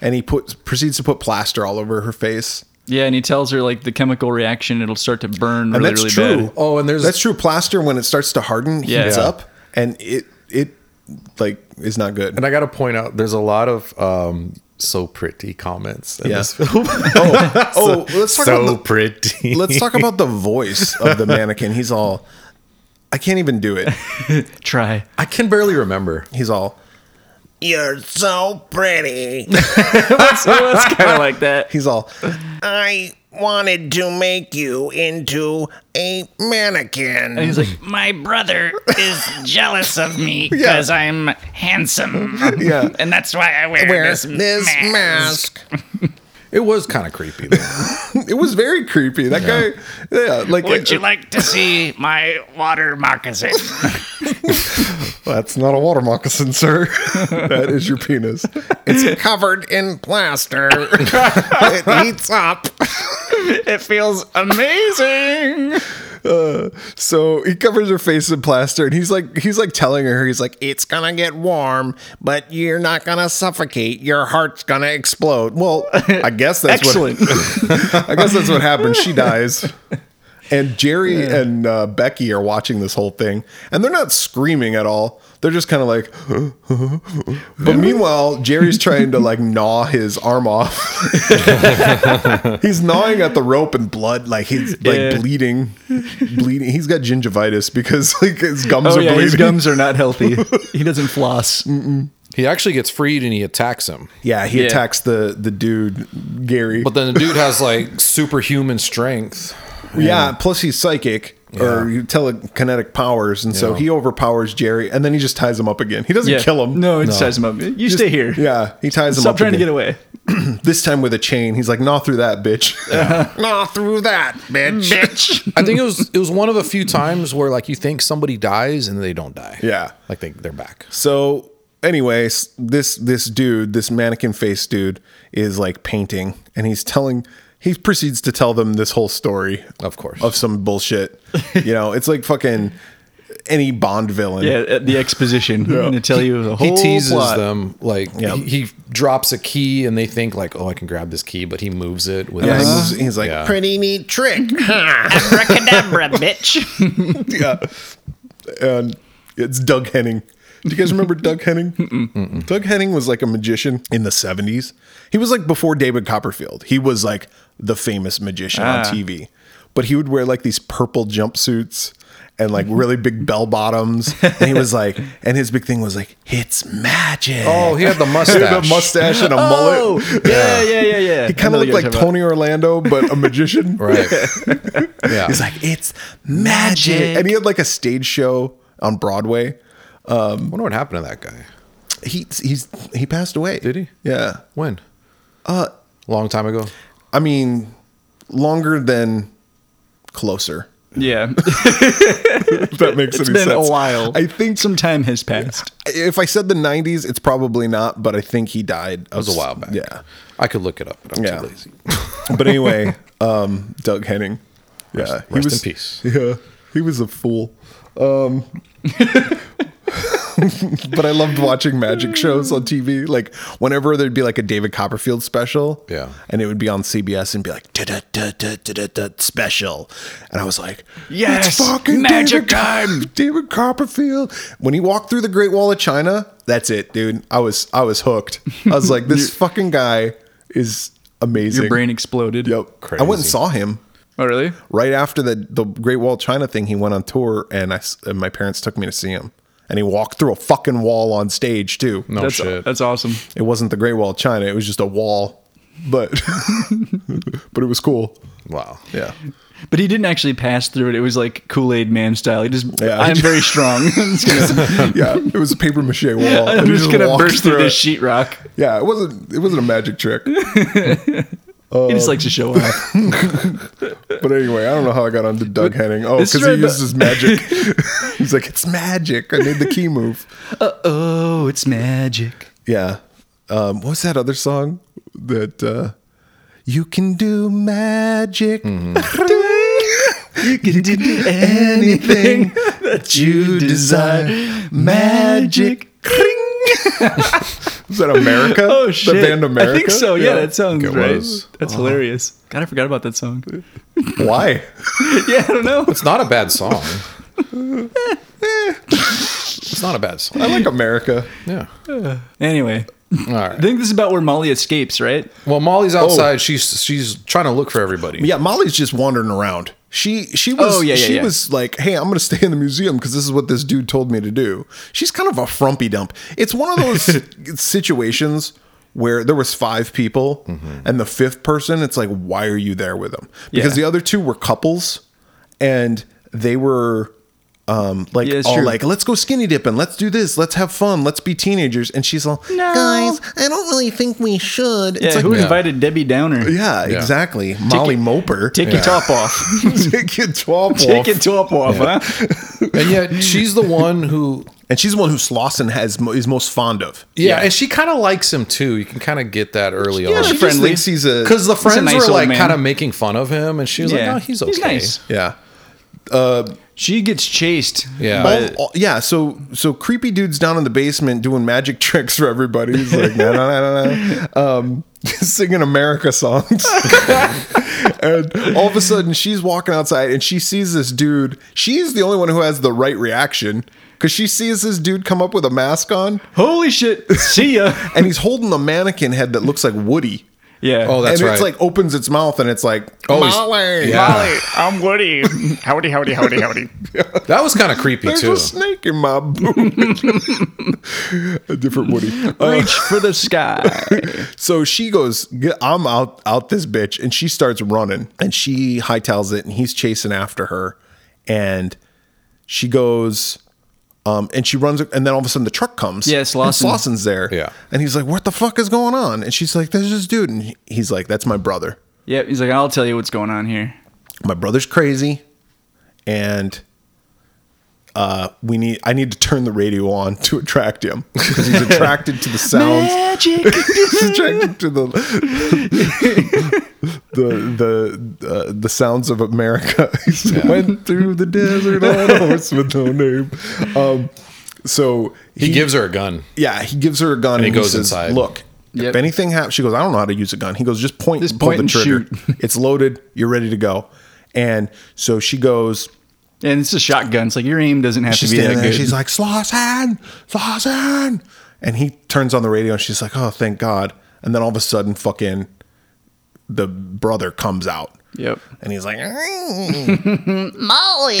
C: And he puts proceeds to put plaster all over her face.
A: Yeah, and he tells her like the chemical reaction, it'll start to burn
C: And
A: really,
C: that's
A: really
C: true.
A: bad.
D: Oh, and there's-
C: that's true. Plaster when it starts to harden,
A: Yeah.
C: heats
A: Yeah.
C: up, and it it like is not good.
D: And I got to point out, there's a lot of um, so pretty comments in
C: Yeah.
D: this film.
C: oh, oh, let's talk
D: so
C: about
D: pretty.
C: the, let's talk about the voice of the mannequin. He's all, I can't even do it.
A: Try.
D: I can barely remember.
C: He's all, you're so pretty.
A: So it's kind of like that.
C: He's all,
E: I wanted to make you into a mannequin.
A: And he's like,
F: My brother is jealous of me because I'm handsome.
C: Yeah.
F: And that's why I wear,
E: Wear
F: this,
E: this
F: mask.
E: mask.
D: It was kind of creepy. Though.
C: it was very creepy. That guy, yeah, like,
F: Would you like to see my water moccasin?
C: that's not a water moccasin, sir. that is your penis.
E: It's covered in plaster. it heats up.
F: it feels amazing.
C: Uh, So he covers her face in plaster, and he's like, he's like telling her, he's like,
E: It's gonna get warm, but you're not gonna suffocate. Your heart's gonna explode.
C: well, I guess that's
A: excellent.
C: What, I guess that's what happened. She dies. And Jerry and uh, Becky are watching this whole thing, and they're not screaming at all. They're just kind of like, but meanwhile, Jerry's trying to like gnaw his arm off. he's gnawing at the rope, and blood like he's like
A: Yeah.
C: bleeding, bleeding. He's got gingivitis because like his gums
A: oh,
C: are
A: yeah,
C: bleeding. Mm,
A: his gums are not healthy. he doesn't floss.
D: He actually gets freed and he attacks him.
C: Yeah, he
A: Yeah.
C: attacks the the dude Gary.
D: But then the dude has like superhuman strength.
C: Yeah, plus he's psychic or you telekinetic powers, and so
D: Yeah.
C: he overpowers Jerry, and then he just ties him up again. He doesn't
A: Yeah.
C: kill him.
A: No, it just ties him up. You stay here.
C: Yeah, he ties him
A: Stop
C: up.
A: trying to
C: again.
A: get away.
C: This time with a chain. He's like, gnaw through that, bitch.
E: Gnaw through that, bitch.
F: Bitch.
D: I think it was it was one of the few times where like you think somebody dies and they don't die.
C: Yeah.
D: like they they're back.
C: So, anyways, this this dude, this mannequin face dude, is like painting, and he's telling. He proceeds to tell them this whole story,
D: Of course.
C: of some bullshit. you know, it's like fucking any Bond villain.
A: Yeah, at the exposition. I'm going to tell you the whole
D: he teases
A: plot.
D: them like
C: Yep.
D: he, he drops a key and they think like oh I can grab this key, but he moves it with
C: Yeah, he
A: Uh-huh.
D: his-
C: moves- he's like,
D: Yeah.
E: Pretty neat trick.
F: Abracadabra, bitch.
C: and it's Doug Henning. Do you guys remember Doug Henning? Doug Henning was like a magician in the 70s. He was like before David Copperfield. He was like the famous magician on
A: Ah.
C: TV. But he would wear like these purple jumpsuits and like really big bell bottoms. And he was like, and his big thing was like, it's magic.
D: oh he had the
C: He
D: mustache.
C: had a mustache and a
A: Oh,
C: mullet.
A: yeah, yeah, yeah, yeah.
C: He kind of looked like Tony Orlando, but a magician.
D: Right. yeah.
C: He's like, it's magic. And he had like a stage show on Broadway.
D: I wonder what happened to that guy.
C: he he's he passed away.
D: Did he?
C: Yeah.
D: When? Uh, long time ago.
C: I mean, longer than closer.
A: Yeah.
C: If that makes
A: it's
C: any
A: been
C: sense.
A: a while.
C: I think
A: some time has passed.
C: if I said the '90s, it's probably not, but I think he died. It
D: It was a while back.
C: Yeah.
D: I could look it up, but I'm
C: Yeah.
D: too lazy.
C: But anyway, um, Doug Henning. Yeah,
D: Rest- rest in peace.
C: Yeah, He was a fool. Um, but I loved watching magic shows on TV. Like whenever there'd be like a David Copperfield special,
D: Yeah.
C: and it would be on CBS and be like da da da da da da special, and I was like,
A: Yes,
C: it's fucking
A: magic
C: David, time, David Copperfield. When he walked through the Great Wall of China, that's it, dude. I was I was hooked. I was like, this fucking guy is amazing.
A: Your brain exploded.
C: Yep. I went and saw him
A: Oh, really?
C: right after the the Great Wall of China thing. He went on tour, and I s- and my parents took me to see him. And he walked through a fucking wall on stage too.
D: No
A: that's
D: shit.
A: that's awesome.
C: It wasn't the Great Wall of China; it was just a wall, but but it was cool.
D: wow.
C: Yeah,
A: But he didn't actually pass through it. It was like Kool Aid Man style. He just,
C: Yeah.
A: I'm very strong. I'm just gonna,
C: yeah. It was a paper mache wall.
A: I'm
C: and he
A: just
C: just
A: gonna
C: walked
A: burst through
C: it.
A: this sheetrock.
C: Yeah, it wasn't it wasn't a magic trick. Oh.
A: he just likes to show off.
C: But anyway, I don't know how I got onto Doug Henning. Oh,
A: this
C: because
A: is
C: he
A: right, but-
C: used his magic. He's like, it's magic. I made the key move.
A: oh, it's magic.
C: Yeah. Um, what was that other song that uh, you can do magic?
A: Mm-hmm. You can do
C: Anything that you desire, magic. Is that America?
A: Oh shit!
C: The band America.
A: I think so. Yeah, that sounds
D: It
A: right.
D: was.
A: That's
C: Uh-huh.
A: hilarious. God, I forgot about that song.
C: Why?
A: Yeah, I don't know.
D: It's not a bad song. it's not a bad song.
C: I like America.
D: Yeah. All
A: Anyway,
D: right.
A: I think this is about where Molly escapes, right?
D: Well, Molly's outside. She's she's trying to look for everybody.
C: Yeah, Molly's just wandering around. She she was
A: Oh, yeah, yeah,
C: she
A: yeah.
C: was like, "Hey, I'm going to stay in the museum because this is what this dude told me to do." She's kind of a frumpy dump. It's one of those situations where there was five people and the fifth person, it's like, "Why are you there with them?" Because
A: Mm-hmm. Yeah.
C: the other two were couples and they were um like
A: Yeah, it's
C: all
A: true.
C: like let's go skinny dipping let's do this let's have fun let's be teenagers and she's all
E: Guys, I don't really think we should.
A: Yeah,
E: It's like,
A: who
D: Yeah.
A: invited Debbie Downer?
C: yeah,
D: Yeah.
C: exactly molly moper
A: Take your top off.
C: take your top
A: Take
C: off.
A: your top off, huh?
D: And yet she's the one who
C: And she's the one who Slauson has mo- is most fond of.
D: Yeah, and she kind of likes him too. You can kind of get that early
A: Yeah,
D: on.
A: she
C: She
A: just friendly.
C: just thinks he's a
D: Because the friends
A: nice
D: were
A: old
D: like
A: man.
D: kind of making fun of him, and she was
A: Yeah.
D: like, "No, he's okay."
A: oh, He's nice.
C: yeah.
A: She gets chased.
D: Yeah.
A: by-
C: All- all- yeah, so so creepy dudes down in the basement doing magic tricks for everybody. He's like, no, no, no, no, no. Um, singing America songs. and all of a sudden, she's walking outside and she sees this dude. She's the only one who has the right reaction because she sees this dude come up with a mask on
A: Holy shit! See ya.
C: and he's holding a mannequin head that looks like Woody.
A: Yeah.
D: Oh, that's
C: and
D: right.
C: it's like opens its mouth and it's like,
D: Oh, he's-
C: Molly.
D: yeah.
F: Molly, I'm Woody. howdy, howdy, howdy, howdy.
D: that was kind of creepy
C: There's
D: too.
C: a snake in my boot. a different Woody. Uh,
A: Reach for the sky.
C: So she goes, "Get- I'm out, out this bitch, and she starts running, and she hightails it, and he's chasing after her, and she goes, um, and she runs, and then all of a sudden the truck comes.
A: Yeah,
C: and
A: Slauson.
C: Slauson's there.
D: Yeah.
C: and he's like, "What the fuck is going on?" And she's like, "There's this dude," and he- he's like, "That's my brother.
A: yeah, he's like, I'll tell you what's going on here.
C: My brother's crazy, and." Uh, we need. I need to turn the radio on to attract him because he's attracted to the sounds
A: Magic.
C: attracted to the the the uh, the sounds of America. He went through the desert on a horse with no name. Um, so
D: He gives her a gun.
C: yeah, he gives her a gun and,
D: he
C: he
D: goes
C: says,
D: inside.
C: Look,
A: Yep.
C: if anything happens, she goes, I don't know how to use a gun. He goes, just point,
A: Just
C: and pull
A: point
C: the
A: and
C: trigger.
A: shoot."
C: it's loaded. You're ready to go. And so she goes.
A: and it's a shotgun. It's like your aim doesn't have
C: She's
A: to be that
C: standing there.
A: good.
C: She's like, Slauson, Slauson. And he turns on the radio and she's like, oh, thank God. And then all of a sudden, fucking the brother comes out
A: yep.
C: and he's like,
B: Molly.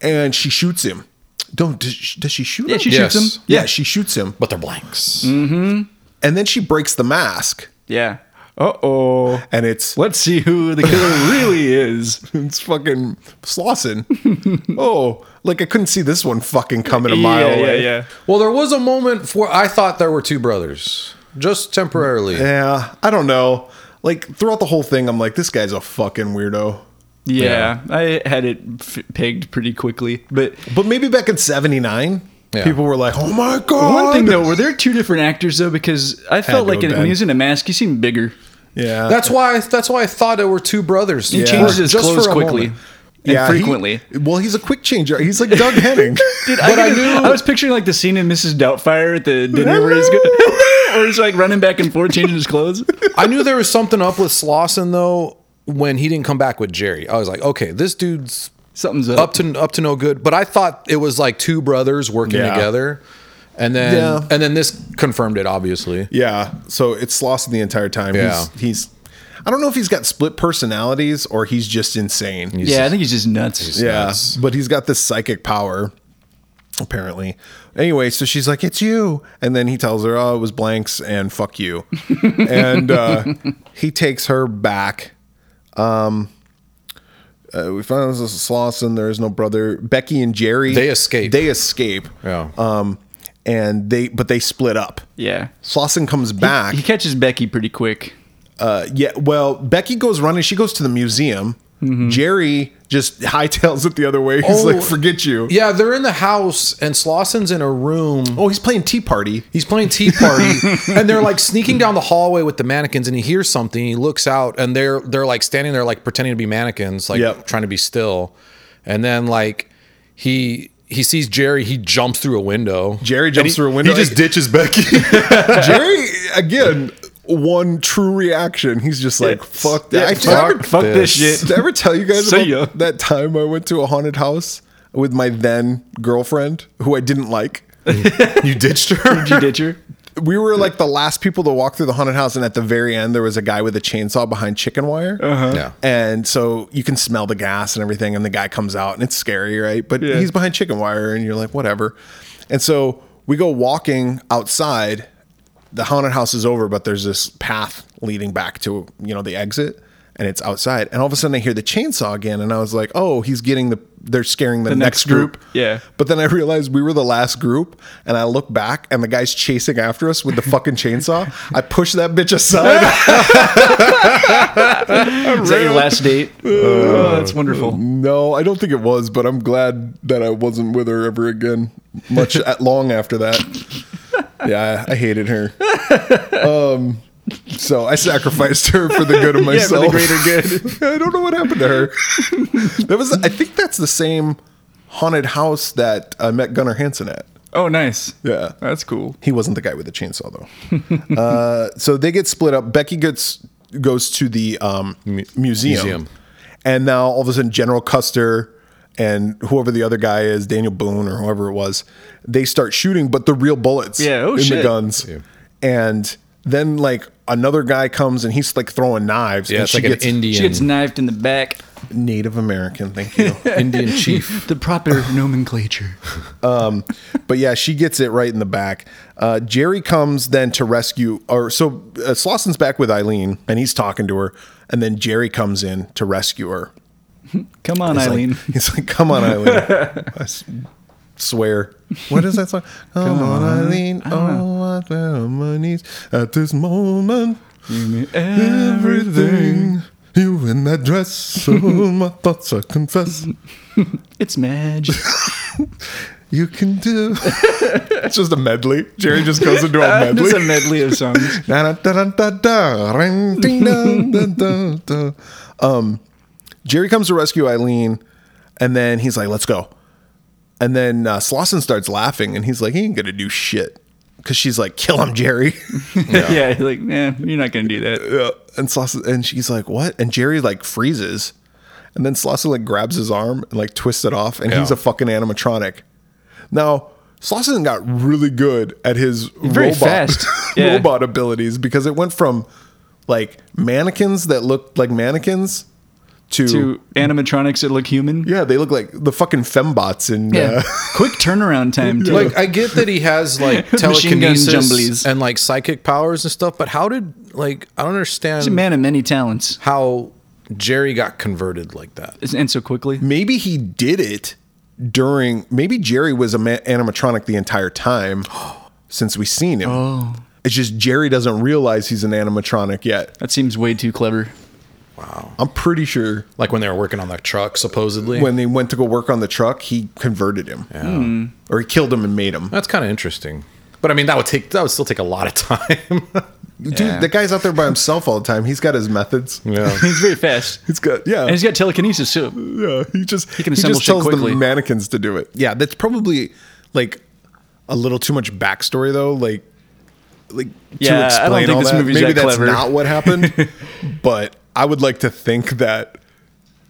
C: and she shoots him. Don't, does she, does she shoot
A: Yeah, Mm-hmm.
C: him?
A: she
D: Yes.
A: shoots him.
C: yeah, she shoots him.
D: But they're blanks.
C: And then she breaks the mask
A: Yeah. Uh oh.
C: and it's,
A: Let's see who the killer really is.
C: it's fucking Slauson. oh, like I couldn't see this one fucking coming a mile
A: yeah,
C: away.
A: yeah,
D: Well, there was a moment for I thought there were two brothers, just temporarily.
C: Yeah, I don't know. Like throughout the whole thing, I'm like, this guy's a fucking weirdo.
A: yeah, yeah. I had it f- pegged pretty quickly, but
C: But maybe back in '79,
D: Yeah.
C: people were like, "Oh my god!"
A: One thing though, were there two different actors though? Because I felt
C: to
A: like
C: have
A: when he
C: been.
A: was in a mask, he seemed bigger.
C: yeah,
D: That's why. That's why I thought there were two brothers.
A: He
D: Yeah.
A: changes his
D: Just for
A: clothes
D: a
A: quickly.
D: moment.
A: and
C: he-
A: frequently.
C: well, he's a quick changer. He's like Doug Henning.
A: but I, knew I was picturing like the scene in Mrs. Doubtfire at the dinner where he's go- where he's like running back and forth changing his clothes.
D: I knew there was something up with Slauson though when he didn't come back with Jerry. I was like, okay, this dude's
A: Something's up.
D: up to up to no good. But I thought it was like two brothers working
C: Yeah.
D: together, and then
C: Yeah.
D: and then this confirmed it. Obviously,
C: yeah. So it's Slauson the entire time. He's,
D: Yeah.
C: he's, I don't know if he's got split personalities or he's just insane.
A: yeah, I think he's just nuts.
C: yeah.
D: nuts.
C: But he's got this psychic power, apparently. Anyway, so she's like, "It's you," and then he tells her, "Oh, it was blanks and fuck you," and uh, he takes her back. Um, uh, we found this is Slauson. There is no brother. Becky and Jerry.
D: They escape.
C: They escape.
D: Yeah.
C: Um, and they but they split up.
A: Yeah.
C: Slauson comes back.
A: He catches Becky pretty quick.
C: Uh, yeah, well, Becky goes running. She goes to the museum. Jerry just hightails it the other way. He's
D: Mm-hmm. Oh.
C: like, "Forget you."
D: yeah, they're in the house and Slauson's in a room.
C: Oh, he's playing Tea Party.
D: He's playing Tea Party, and they're like sneaking down the hallway with the mannequins, and he hears something. He looks out, and they're they're like standing there, like pretending to be mannequins, like
C: Yep.
D: trying to be still. And then like he he sees Jerry, he jumps through a window.
C: Jerry
D: And
C: jumps
D: he-
C: through a window.
D: He just ditches Becky.
C: Jerry again, one true reaction. He's just like, "Fuck that!" I- did, I ever,
A: fuck, fuck this.
C: did
A: shit.
C: I ever tell you guys
A: See
C: about
A: ya.
C: that time I went to a haunted house with my then girlfriend, who I didn't like?
D: you ditched her.
A: You ditcher.
C: We were like the last people to walk through the haunted house, and at the very end, there was a guy with a chainsaw behind chicken wire.
A: Uh-huh.
D: Yeah.
C: And so you can smell the gas and everything, and the guy comes out and it's scary, right? But he's behind chicken wire, and you're like, whatever. And so we go walking outside. The haunted house is over, but there's this path leading back to you know the exit, and it's outside. And all of a sudden, I hear the chainsaw again, and I was like, oh, he's getting the they're scaring the, next,
A: next
C: group.
A: group. Yeah.
C: But then I realized we were the last group, and I look back, and the guy's chasing after us with the fucking chainsaw. I push that bitch aside.
A: Is that your last date? oh, that's wonderful.
C: No, I don't think it was, but I'm glad that I wasn't with her ever again. Much at, long after that. Yeah, I, I hated her. Um, so I sacrificed her for the good of myself.
A: greater
C: good. I don't know what happened to her. that was, I think that's the same haunted house that I met Gunnar Hansen at.
A: Oh, nice.
C: Yeah.
A: That's cool.
C: He wasn't the guy with the chainsaw though. uh, so they get split up. Becky gets goes to the um, museum,
D: museum.
C: and now all of a sudden General Custer and whoever the other guy is, Daniel Boone or whoever it was, they start shooting, but the real bullets
A: Yeah, oh,
C: in the
A: shit.
C: guns, and then like another guy comes and he's like throwing knives.
D: Yeah,
C: and
D: it's like an
C: gets
D: Indian
A: She gets knifed in the back.
C: Native American. Thank you.
D: Indian chief.
A: The proper nomenclature.
C: But yeah, she gets it right in the back. Uh, Jerry comes then to rescue, or so uh, Slauson's back with Eileen and he's talking to her, and then Jerry comes in to rescue her.
A: Come on,
C: He's like-
A: Eileen.
C: he's like, "Come on, Eileen." I s- swear. What is that song? Come, on, Eileen. Oh, I fell on my knees at this moment. Everything. You in that dress, so my thoughts I confess.
A: It's magic.
C: You can do. it's just a medley. Jerry just goes into a medley.
A: It's a medley of songs.
C: Da-da-da-da-da, ring, ding, dong, da, da, da. Um, Jerry comes to rescue Eileen, and then he's like, "Let's go." And then uh, Slauson starts laughing, and he's like, "He ain't gonna do shit," because she's like, "Kill him, Jerry."
A: Yeah, you're like, nah, you're not gonna do that.
C: Yeah. and Slauson, and she's like, "What?" And Jerry like freezes, and then Slauson like grabs his arm and like twists it off, and he's
D: Yeah.
C: a fucking animatronic. Now Slauson got really good at his
A: very
C: robot
A: fast. Yeah.
C: robot abilities because it went from like mannequins that looked like mannequins to,
A: To animatronics that look human.
C: yeah, they look like the fucking fembots and
A: Yeah.
C: uh,
A: Quick turnaround time too.
D: Like I get that he has like
A: Machine gun
D: telekinesis
A: jumblies.
D: and like psychic powers and stuff, but how did like I don't
A: He's a
D: understand
A: man of many talents.
D: how Jerry got converted like that.
A: And so quickly.
C: maybe he did it during maybe Jerry was a ma- animatronic the entire time since we seen him. Oh. It's just Jerry doesn't realize he's an animatronic yet.
A: That seems way too clever.
C: I'm pretty sure
D: Like when they were working on that truck, supposedly.
C: when they went to go work on the truck, he converted him. Or he killed him and made him.
D: That's kind of interesting. But I mean, that would take that would still take a lot of time.
C: Dude, the guy's out there by himself all the time. He's got his methods.
D: Yeah.
A: He's very fast.
C: He's got yeah.
A: And he's got telekinesis too.
C: Yeah, he just he,
A: can assemble
C: just
A: shit
C: tells
A: quickly.
C: the mannequins to do it. Yeah, that's probably like a little too much backstory though. Like, like to
A: Yeah, I
C: explain
A: don't think
C: all
A: this
C: that.
A: movie's
C: Maybe
A: that
C: that's
A: clever.
C: not what happened, but I would like to think that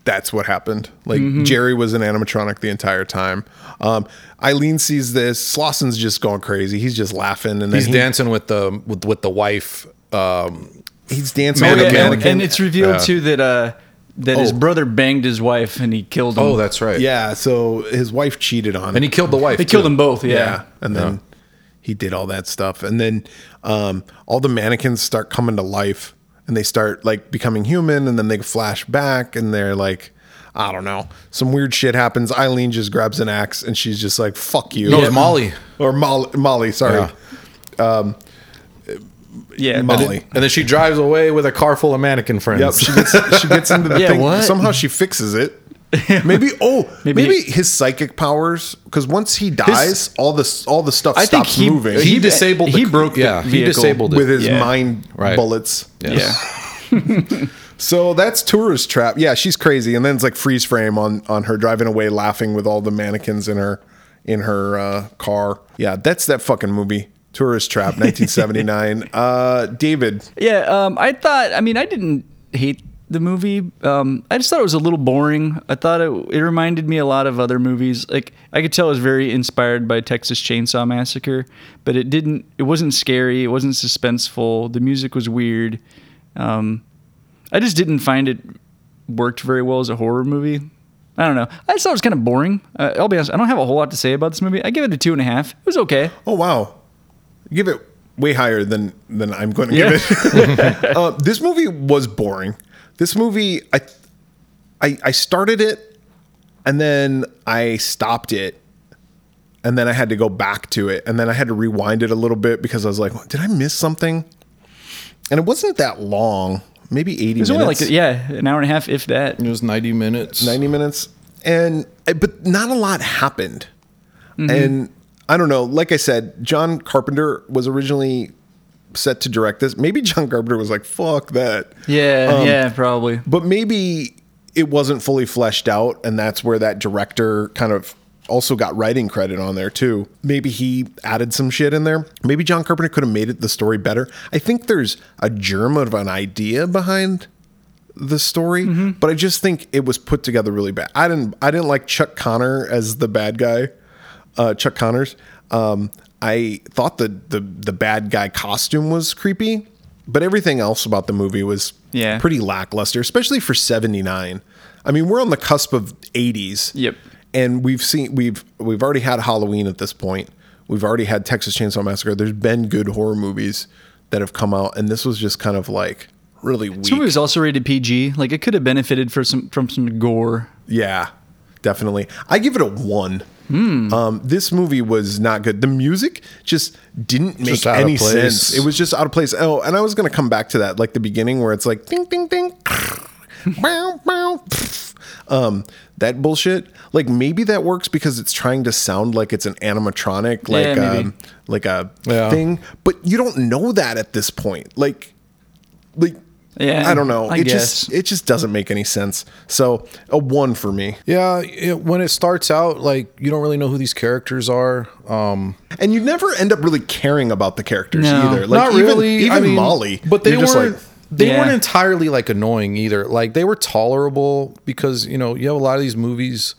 C: that's what happened. Like
A: Mm-hmm.
C: Jerry was an animatronic the entire time. Um, Eileen sees this. Slosson's just going crazy. He's just laughing, and then
D: He's
C: he-
D: dancing with the with, with the wife. Um,
C: He's dancing
A: Oh,
C: with
A: yeah,
C: a
A: and-
C: mannequin.
A: And it's revealed
D: Yeah.
A: too that uh that his
C: Oh.
A: brother banged his wife and he killed him.
D: oh, that's right.
C: yeah, so his wife cheated on him.
D: and he killed the wife.
A: they killed
D: too.
A: them both. Yeah.
C: Yeah. And then he did all that stuff. And then um, all the mannequins start coming to life and they start like becoming human and then they flash back and they're like, I don't know. Some weird shit happens. Eileen just grabs an axe and she's just like, fuck you.
D: No, it was Molly.
C: Or Molly, Molly sorry.
D: Yeah.
A: yeah. but it-
C: Molly.
D: And then she drives away with a car full of mannequin
C: Yep,
D: friends.
C: she gets, she gets into the
A: Yeah,
C: thing.
A: what?
C: Somehow she fixes it. Maybe oh
A: Maybe-
C: maybe, his psychic powers because once he dies all the all the stuff
A: I think
C: stops
A: he-
C: moving
D: He,
A: He-
D: disabled.
A: he
D: the,
A: broke the
D: Yeah, he
A: vehicle
D: disabled it
C: with his
A: Yeah.
C: mind
D: Right.
C: bullets.
A: Yeah.
C: So that's tourist trap. Yeah, she's crazy. And then it's like freeze frame on on her driving away, laughing with all the mannequins in her in her uh, car. Yeah, that's that fucking movie, Tourist Trap, 1979. uh, David,
A: Yeah, um, I thought. I mean, I didn't hate the movie. Um, I just thought it was a little boring. I thought it it reminded me a lot of other movies. Like I could tell it was very inspired by Texas Chainsaw Massacre, but it didn't. It wasn't scary. It wasn't suspenseful. The music was weird. Um, I just didn't find it worked very well as a horror movie. I don't know. I just thought it was kind of boring. Uh, I'll be honest. I don't have a whole lot to say about this movie. I give it a two and a half. It was okay.
C: oh wow, give it way higher than than I'm going to
A: Yeah.
C: give it. uh, this movie was boring. This movie, I, I I started it, and then I stopped it. And then I had to go back to it. And then I had to rewind it a little bit because I was like, did I miss something? And it wasn't that long, maybe 80
A: It was
C: minutes.
A: only like yeah, an hour and a half, if that.
D: It was ninety minutes.
C: 90 minutes and eh, but not a lot happened
A: Mm-hmm.
C: and i don't know like i said john carpenter was originally set to direct this maybe john carpenter was like fuck that Um,
A: Yeah, yeah, probably.
C: but maybe it wasn't fully fleshed out and that's where that director kind of also got writing credit on there too maybe he added some shit in there maybe john carpenter could have made it the story better i think there's a germ of an idea behind the story
A: Mm-hmm.
C: but i just think it was put together really bad i didn't i didn't like chuck connor as the bad guy uh, chuck connors um, i thought the, the the bad guy costume was creepy but everything else about the movie was
A: Yeah.
C: pretty lackluster, especially for 79. I mean, we're on the cusp of 80s.
A: Yep.
C: And we've seen we've we've already had Halloween at this point. We've already had Texas Chainsaw Massacre. There's been good horror movies that have come out and this was just kind of like really weak.
A: This movie was also rated PG. Like it could have benefited for some from some gore.
C: Yeah, definitely. I give it a one.
D: Hmm.
C: Um, this movie was not good. The music just didn't make
D: Just out of
C: any
D: place.
C: sense. It was just out of place. Oh, and I was going to come back to that, like the beginning where it's like ding, ding, ding, bow, bow, pff. um, that bullshit. Like maybe that works because it's trying to sound like it's an animatronic,
A: maybe.
C: like um, like a
D: Yeah.
C: thing. But you don't know that at this point. Like, like.
A: Yeah,
C: I don't know.
A: I
C: it
A: guess.
C: just it just doesn't make any sense. So a one for me.
D: Yeah, it, when it starts out, like you don't really know who these characters are. Um,
C: And you never end up really caring about the characters
A: No.
C: either. Like
D: not
C: even,
D: really.
C: even
D: I mean,
C: Molly.
D: but they
C: you're just
D: weren't.
C: like,
D: they
A: Yeah.
D: weren't entirely like annoying either. Like they were tolerable because you know you have a lot of these movies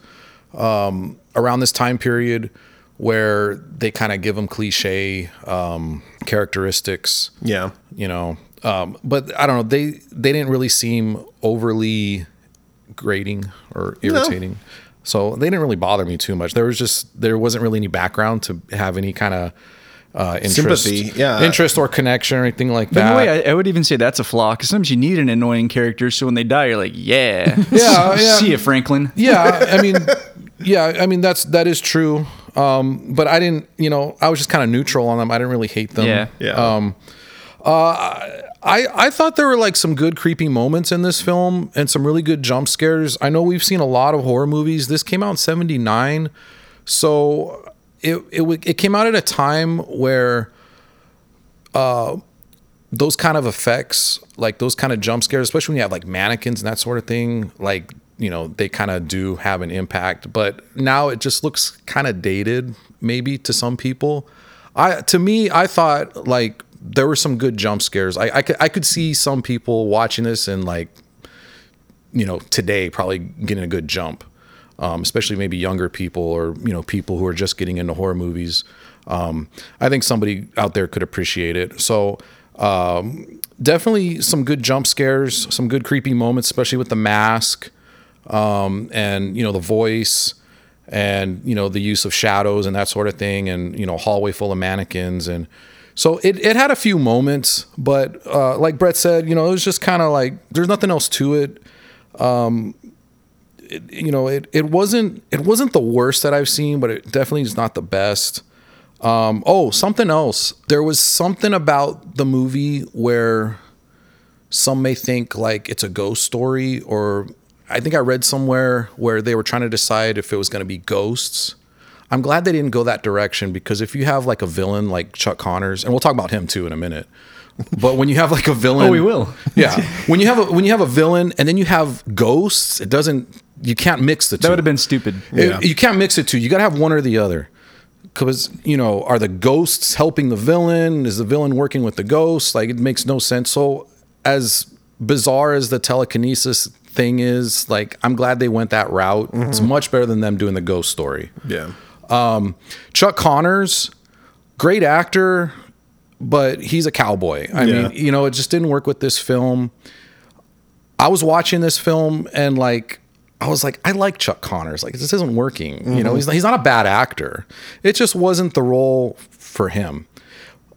D: um, around this time period where they kind of give them cliche um, characteristics.
C: yeah.
D: you know. Um, but I don't know. They they didn't really seem overly grating or irritating. So they didn't really bother me too much. There was just there wasn't really any background to have any kind of uh, interest,
C: Sympathy, yeah.
D: interest or connection or anything like
A: In
D: that.
A: a way, I, I would even say that's a flaw. Because sometimes you need an annoying character, so when they die, you're like, yeah,
D: Yeah, yeah.
A: see you, Franklin.
D: yeah, I mean, yeah, I mean that's that is true. Um, but I didn't, you know, I was just kind of neutral on them. I didn't really hate them.
A: Yeah.
C: Yeah.
D: Um, uh, I I thought there were like some good creepy moments in this film and some really good jump scares. I know we've seen a lot of horror movies. This came out in '79, so it it w- it came out at a time where those kind of effects, like those kind of jump scares, especially when you have like mannequins and that sort of thing, like you know they kind of do have an impact. But now it just looks kind of dated, maybe to some people. I to me, I thought like there were some good jump scares. I I could, I could see some people watching this and like you know today probably getting a good jump um, especially maybe younger people or you know people who are just getting into horror movies um, i think somebody out there could appreciate it so um, definitely some good jump scares some good creepy moments especially with the mask um, and you know the voice and you know the use of shadows and that sort of thing and you know hallway full of mannequins and so it, it had a few moments but uh, like brett said you know it was just kind of like there's nothing else to it you know it it wasn't it wasn't the worst that I've seen, but it definitely is not the best. Um, oh, something else. There was something about the movie where some may think like it's a ghost story, or I think I read somewhere where they were trying to decide if it was going to be ghosts. I'm glad they didn't go that direction because if you have like a villain like Chuck Connors, and we'll talk about him too in a minute. But when you have like a villain,
A: Oh, we will.
D: yeah. When you have a when you have a villain and then you have ghosts, it doesn't you can't mix the two.
A: That would have been stupid.
D: It- you can't mix it two. You got to have one or the other. Cuz you know, are the ghosts helping the villain? Is the villain working with the ghosts? Like it makes no sense. So as bizarre as the telekinesis thing is, like I'm glad they went that route. It's
A: Mm-hmm.
D: much better than them doing the ghost story.
C: Yeah.
D: Um, Chuck Connors, great actor, but he's a cowboy. I
C: Yeah.
D: mean, you know, it just didn't work with this film. I was watching this film and like, I was like, I like Chuck Connors. Like, this isn't working. You know, he's he's not a bad actor. It just wasn't the role for him.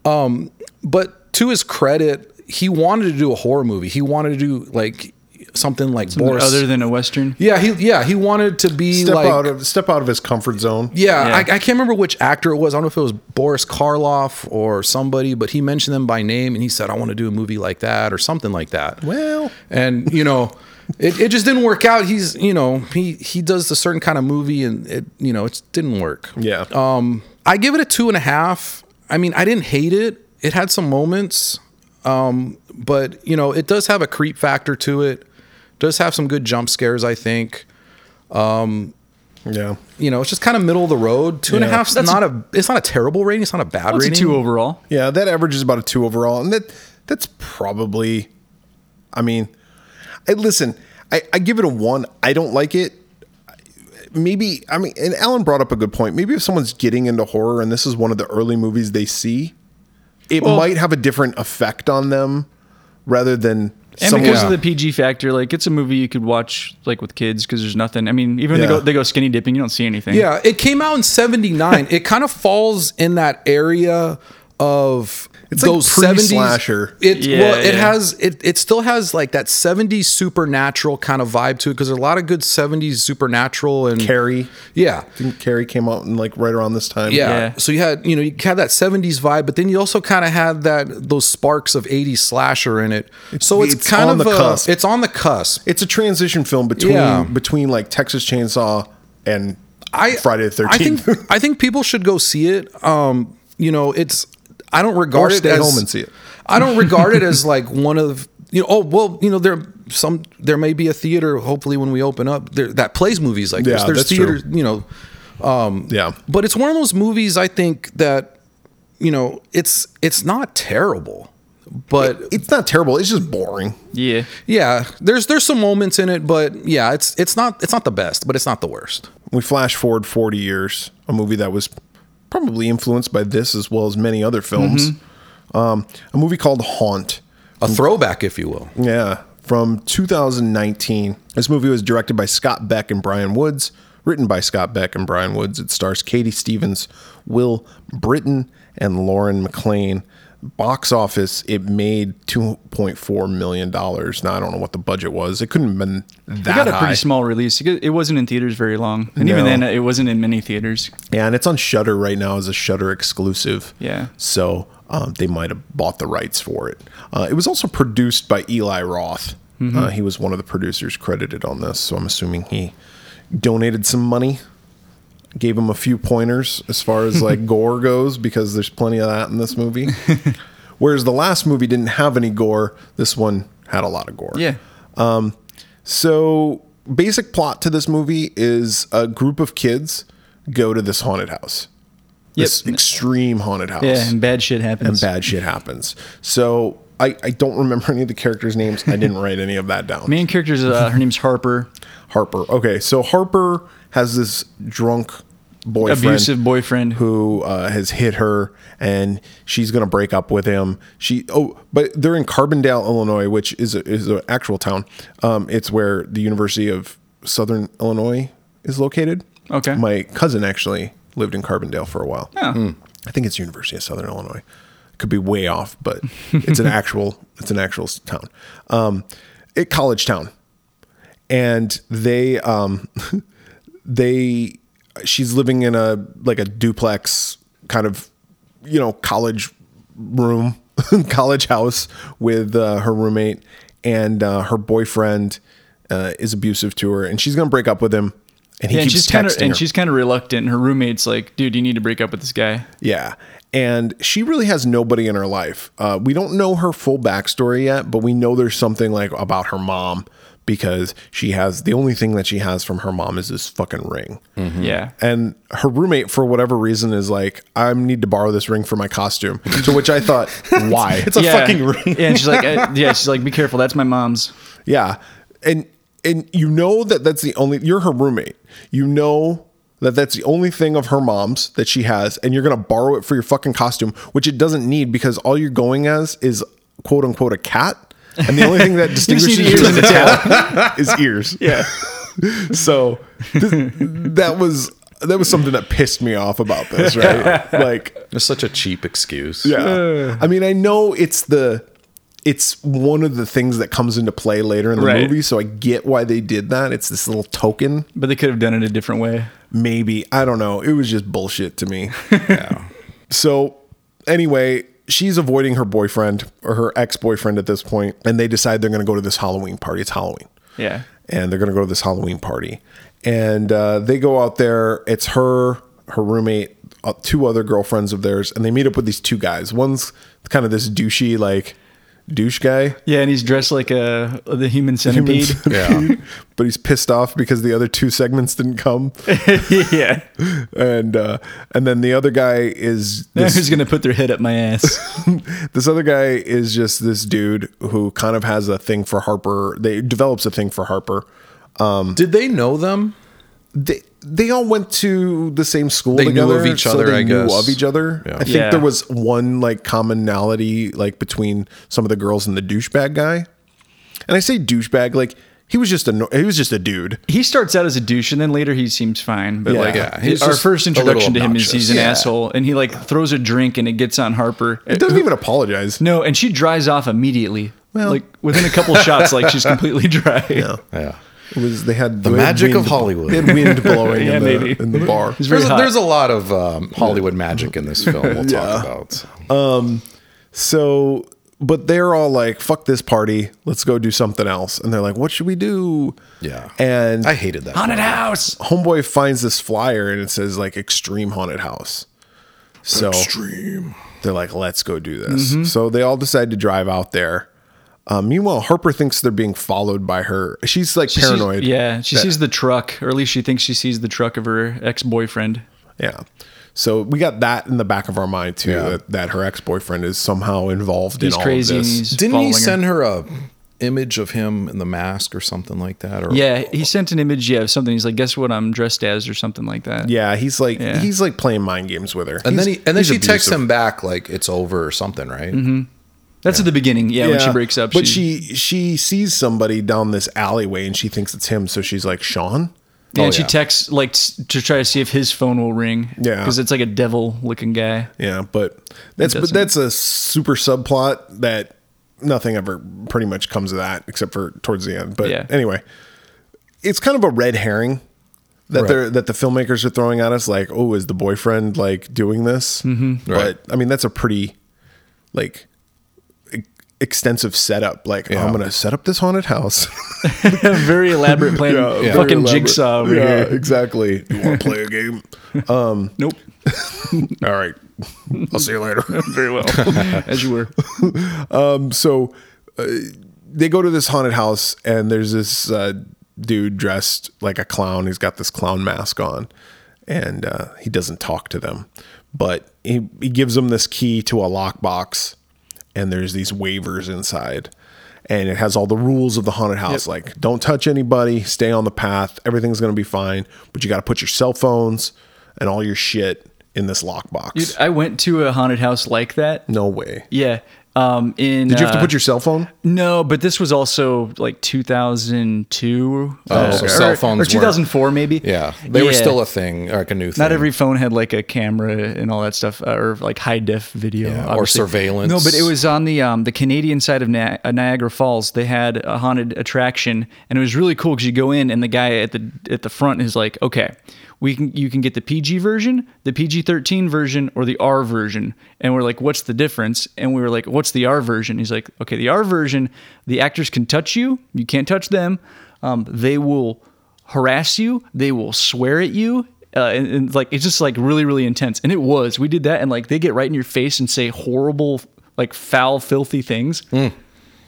D: Um, but to his credit, he wanted to do a horror movie. He wanted to do like something like Boris.
A: Other than a western.
D: yeah, he yeah he wanted to be
C: Step
D: like
C: out of step out of his comfort zone.
D: yeah,
A: Yeah.
D: I, I can't remember which actor it was. I don't know if it was Boris Karloff or somebody, but he mentioned them by name and he said, I want to do a movie like that or something like that.
C: Well.
D: and you know, it, it just didn't work out. He's, you know, he, he does a certain kind of movie and it, you know, it didn't work.
C: Yeah.
D: Um, I give it a two and a half. I mean, I didn't hate it. It had some moments, um, but you know, it does have a creep factor to it. Does have some good jump scares, I think
C: yeah.
D: you know, it's just kind of middle of the road. Two and a
C: Yeah.
D: half's not a, it's not a terrible rating. It's not a bad
A: It's a
D: rating.
A: two overall.
C: Yeah, that average is about a two overall, and that that's probably. I mean, I listen. I, I give it a one. I don't like it. Maybe I mean, and Alan brought up a good point. Maybe if someone's getting into horror and this is one of the early movies they see, it might have a different effect on them rather than
A: And
C: someone.
A: because
D: Yeah.
A: of the PG factor, like it's a movie you could watch like with kids because there's nothing. I mean, even when
C: Yeah.
A: they go they go skinny dipping, you don't see anything.
D: Yeah, it came out in '79. it kind of falls in that area of
C: It's like
D: those '70s
C: pre-slasher.
D: It
A: Yeah,
D: well, it
A: yeah.
D: has it. It still has like that '70s supernatural kind of vibe to it because there's a lot of good '70s supernatural and
C: Carrie.
D: Yeah,
C: Didn't Carrie came out in like right around this time.
D: Yeah.
A: Yeah.
D: So you had, you know, you had that 70s vibe, but then you also kind of had that those sparks of 80s slasher in it. So it's,
C: It's
D: kind
C: on
D: of
C: the
D: a-
C: cusp.
D: it's on the cusp.
C: it's a transition film between
D: Yeah.
C: between like Texas Chainsaw and
D: I
C: Friday the
D: I think
C: Thirteenth.
D: I think people should go see it. Um, you know, it's I don't
C: Or
D: regard it
C: stay
D: as
C: home and see it.
D: I don't regard it as like one of you know. Oh well, you know there some there may be a theater. Hopefully, when we open up, there, that plays movies like this.
C: Yeah,
D: There's
C: that's true.
D: theaters, you know.
C: Yeah.
D: but it's one of those movies I think that you know it's it's not terrible, but
C: It's not terrible. It's just boring.
A: yeah.
D: yeah, there's there's some moments in it, but yeah, it's it's not it's not the best, but it's not the worst.
C: we flash forward 40 years, a movie that was probably influenced by this as well as many other films.
A: Mm-hmm.
C: Um, a movie called Haunt.
D: A throwback, if you will.
C: Yeah, from 2019. This movie was directed by Scott Beck and Brian Woods, written by Scott Beck and Brian Woods. It stars Katie Stevens, Will Britton, and Lauren McLean. Box office, it made 2.4 million dollars. Now I don't know what the budget was. It couldn't have been that
A: It got a
C: high.
A: pretty small release. It got- It wasn't in theaters very long, and even
C: No.
A: then, it wasn't in many theaters.
C: Yeah, and it's on Shutter right now as a Shutter exclusive.
A: Yeah.
C: So um, they might have bought the rights for it. Uh, it was also produced by Eli Roth.
A: Mm-hmm.
C: Uh, he was one of the producers credited on this, so I'm assuming he donated some money, gave him a few pointers as far as like gore goes, because there's plenty of that in this movie. Whereas the last movie didn't have any gore. This one had a lot of gore.
A: Yeah.
C: So, basic plot to this movie is a group of kids go to this haunted house. This
A: Yep.
C: extreme haunted house.
A: Yeah, and bad shit
C: and
A: happens.
C: bad shit happens. So, I, I don't remember any of the characters' names. I didn't write any of that down.
A: Main characters. Uh, her name's Harper.
C: Harper. Okay, so Harper has this drunk boyfriend,
A: Abusive boyfriend.
C: who uh, has hit her, and she's gonna break up with him. She oh, but they're in Carbondale, Illinois, which is a, is an actual town. Um, it's where the University of Southern Illinois is located.
A: Okay.
C: my cousin actually lived in Carbondale for a while.
A: Oh.
C: I think it's University of Southern Illinois. Could be way off, but it's an actual it's an actual s- town. Um, it college town, and they um, they she's living in a like a duplex kind of you know college room college house with uh, her roommate and uh, her boyfriend uh, is abusive to her, and she's gonna break up with him. And he
A: Yeah, and
C: keeps
A: she's
C: texting
A: kind of
C: her.
A: and she's kind of reluctant. Her roommate's like, "Dude, you need to break up with this guy."
C: Yeah. And she really has nobody in her life. Uh, we don't know her full backstory yet, but we know there's something like about her mom because she has the only thing that she has from her mom is this fucking ring.
A: Yeah,
C: And her roommate, for whatever reason, is like, I need to borrow this ring for my costume. To which I thought, why?
D: It's a
A: yeah.
D: fucking ring.
A: Yeah, and she's like, uh, "Yeah, she's like, be careful. That's my mom's."
C: Yeah. And and you know that that's the only you're her roommate. You know that that's the only thing of her mom's that she has and you're going to borrow it for your fucking costume, which it doesn't need because all you're going as is quote unquote a cat. And the only thing that distinguishes
A: ears
C: you from
A: and
C: the cat is ears. Yeah. So th- that was that was something that pissed me off about this, right? Like
D: It's such a cheap excuse.
C: yeah. I mean, I know it's the it's one of the things that comes into play later in the
A: Right.
C: movie, so I get why they did that. It's this little token,
A: But they could have done it a different way.
C: maybe. I don't know. It was just bullshit to me. So anyway, she's avoiding her boyfriend or her ex-boyfriend at this point, and they decide they're going to go to this Halloween party. It's Halloween
A: Yeah,
C: and they're going to go to this Halloween party. And uh, they go out there. It's her, her roommate, uh, two other girlfriends of theirs, and they meet up with these two guys. One's kind of this douchey, like douche guy,
A: yeah, and he's dressed like a the human
C: Human
A: centipede.
C: centipede. but he's pissed off because the other two segments didn't come.
A: yeah,
C: and uh, and then the other guy is
A: who's
C: this,
A: gonna put their head up my ass?
C: this other guy is just this dude who kind of has a thing for Harper. They develops a thing for Harper.
D: Did they know them?
C: they they all went to the same school
D: They knew
C: together.
D: of each other, I guess.
C: of each other.
D: Yeah.
C: I think
A: Yeah.
C: there was one like commonality like between some of the girls and the douchebag guy. And I say douchebag like he was just a no- he was just a dude.
A: he starts out as a douche, and then later he seems fine. But
C: Yeah.
A: like, uh,
C: Yeah,
D: he's
A: our
D: just
A: first
D: a little
A: introduction to him is
D: obnoxious.
A: he's an
D: Yeah.
A: asshole, and he like throws a drink, and it gets on Harper. Uh,
C: He doesn't even apologize.
A: No, and she dries off immediately.
C: Well-
A: like within a couple shots, like she's completely dry. Yeah,
D: Yeah.
C: It was they had
D: The
C: they had
D: magic of
C: wind-
D: Hollywood.
C: They had wind blowing
A: Yeah,
C: in,
A: maybe.
C: the, in the bar.
A: it's very
D: There's a,
A: hot.
D: there's a lot of um, Hollywood magic in this film we'll talk about.
C: So, but they're all like, "Fuck this party, let's go do something else." And they're like, "What should we do?"
D: Yeah.
C: and
D: I hated that.
A: haunted house.
C: homeboy finds this flyer and it says like extreme haunted house. So
D: Dream.
C: they're like, let's go do this.
A: Mm-hmm.
C: So they all decide to drive out there. Um, meanwhile, Harper thinks they're being followed by her. She's like
A: She sees-
C: paranoid.
A: yeah, she
C: that-
A: sees the truck, or at least she thinks she sees the truck of her ex boyfriend.
C: Yeah. So we got that in the back of our mind too
D: Yeah.
C: that, that her ex boyfriend is somehow involved
A: He's
C: in all
A: crazy.
C: of
A: And
C: this.
A: he's
D: Didn't
A: following
D: he
A: her.
D: send her a image of him in the mask or something like that? Or
A: Yeah, he sent an image. Yeah, of something. He's like, guess what I'm dressed as, or something like that.
C: yeah, he's like
A: Yeah.
C: he's like playing mind games with her.
D: And then he
C: He's-
D: and then
C: he's
D: she texts
C: abusive.
D: him back like it's over or something, right?
A: Mm-hmm. that's at the beginning. Yeah, when she breaks up,
C: But she, she sees somebody down this alleyway and she thinks it's him, so she's like, Sean?
A: yeah,
D: Oh,
A: and she
D: yeah.
A: texts like s- to try to see if his phone will ring.
C: Yeah.
A: because it's like a devil looking guy.
C: Yeah, but that's but
A: doesn't.
C: that's a super subplot that nothing ever pretty much comes of that except for towards the end. But
A: Yeah.
C: anyway, it's kind of a red herring that
D: Right.
C: they're that the filmmakers are throwing at us. Like, oh, is the boyfriend like doing this? Mm-hmm.
D: Right.
C: But I mean, that's a pretty like e-, extensive setup. Like oh,
D: Yeah.
C: I'm gonna set up this haunted house.
A: very elaborate plan.
C: very
A: Fucking
C: elaborate.
A: jigsaw over
C: yeah,
A: here.
C: exactly. You want to play a game?
A: Nope.
C: All right. I'll see you later.
A: Very well. As you were.
C: so uh, they go to this haunted house and there's this uh, dude dressed like a clown he's got this clown mask on and uh, he doesn't talk to them but he, he gives them this key to a lockbox and there's these waivers inside and it has all the rules of the haunted house like don't touch anybody stay on the path everything's going to be fine but you got to put your cell phones and all your shit in this
A: Dude,
C: lockbox
A: I went to a haunted house like that.
C: no way
A: Yeah. Um, in
C: did you have to
A: uh,
C: put your cell phone
A: No, but this was also like 2002. Oh,
D: so cell phones
A: Or
D: weren't-
A: 2004, maybe.
D: Yeah, they were
A: Yeah.
D: still a thing, like a new thing.
A: Not every phone had like a camera and all that stuff, uh, or like high def video,
D: or
A: obviously.
D: surveillance.
A: No, but it was on the um, the Canadian side of Ni- uh, Niagara Falls. They had a haunted attraction, and it was really cool because you go in, and the guy at the at the front is like, "Okay, we can you can get the PG version, the PG thirteen version, or the R version." And we're like, "What's the difference?" And we were like, "What's the R version?" He's like, "Okay, the R version, the actors can touch you, you can't touch them. Um, they will." harass you. They will swear at you. Uh, and, and, like it's just like really really intense and it was we did that and like they get right in your face and say horrible like foul filthy things and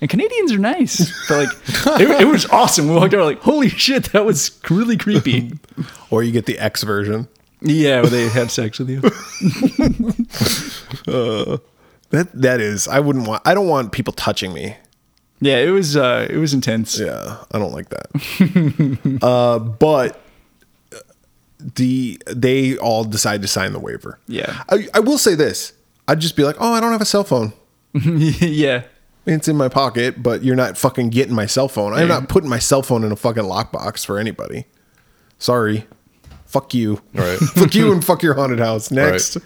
A: canadians are nice but like it, it was awesome we walked out like holy shit that was really creepy
C: or you get the x version
A: yeah where they had sex with you
C: That that is. I wouldn't want. I don't want people touching me.
A: yeah it was uh it was intense
C: Yeah, I don't like that. uh, but the they all decide to sign the waiver.
A: Yeah.
C: I, I will say this. I'd just be like, oh, I don't have a cell phone.
A: yeah
C: It's in my pocket, but you're not fucking getting my cell phone. I'm not putting my cell phone in a fucking lockbox for anybody. Sorry. Fuck you.
D: Right.
C: fuck you and fuck your haunted house. Next.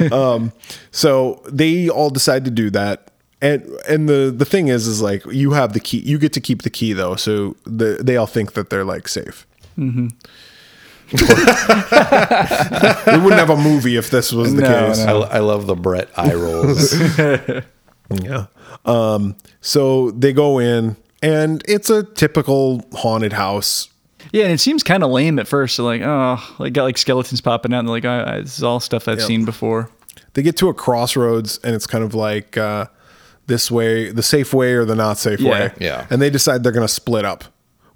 C: um, so they all decide to do that. And and the the thing is is like you have the key. You get to keep the key though. So the, they all think that they're like safe.
A: Mm-hmm.
C: we wouldn't have a movie if this was the
A: No,
C: case.
A: no.
D: I, I love the Brett eye rolls.
C: Yeah. Um, so they go in, and it's a typical haunted house.
A: yeah and it seems kind of lame at first so like oh like got like skeletons popping out and they're like I, I, this is all stuff i've seen before
C: They get to a crossroads, and it's kind of like uh, this way, the safe way or the not safe
A: Yeah.
C: way.
D: Yeah.
C: And they decide they're going to split up,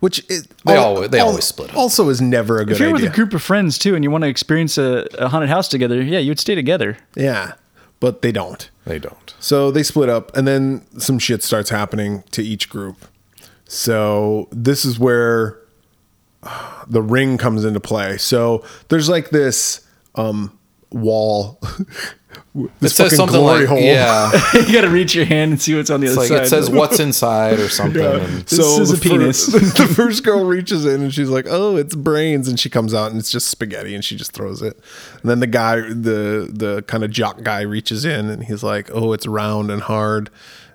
C: which it,
D: They alwa- they always split up.
C: Also, is never a good
A: if you're
C: idea.
A: with a group of friends too and you want to experience a, a haunted house together yeah you would stay together
C: yeah, but they don't.
D: they don't.
C: So they split up, and then some shit starts happening to each group. So this is where uh, the ring comes into play. So there's like this um, wall, this
D: It says
C: fucking
D: something
C: glory
D: like,
C: hole.
D: yeah,
A: you gotta reach your hand and see what's on the
D: it's
A: other
D: like
A: side
D: it says what's inside or something. and-
A: This is
C: the
A: a penis.
C: First, the first girl reaches in and she's like, "Oh, it's brains," and she comes out and it's just spaghetti, and she just throws it. And then the guy, the the kind of jock guy, reaches in and he's like, "Oh, it's round and hard.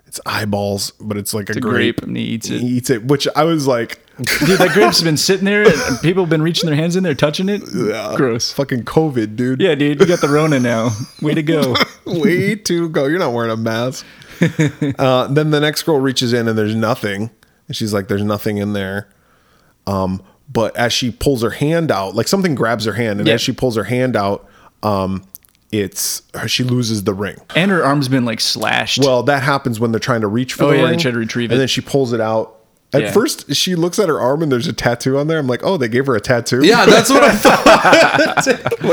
C: It's eyeballs, but it's like a, grape.
A: grape, and he eats it.
C: He eats it, which I was like,
A: dude that grape's been sitting there and people have been reaching their hands in there touching it gross
C: "Fucking COVID, dude.
A: yeah dude you got the rona now way to go
C: way to go. You're not wearing a mask." uh, then the next girl reaches in and there's nothing, and she's like, "There's nothing in there." Um, but as she pulls her hand out, like something grabs her hand, and
A: Yeah.
C: as she pulls her hand out, um, it's she loses the ring.
A: and her arm's been like slashed
C: Well, that happens when they're trying to reach for
A: Oh,
C: the
A: yeah, they
C: ring.
A: try to retrieve
C: And
A: it.
C: then she pulls it out. At
A: Yeah.
C: first, she looks at her arm and there's a tattoo on there. I'm like, oh, they gave her a tattoo.
D: yeah, that's what I thought.
C: like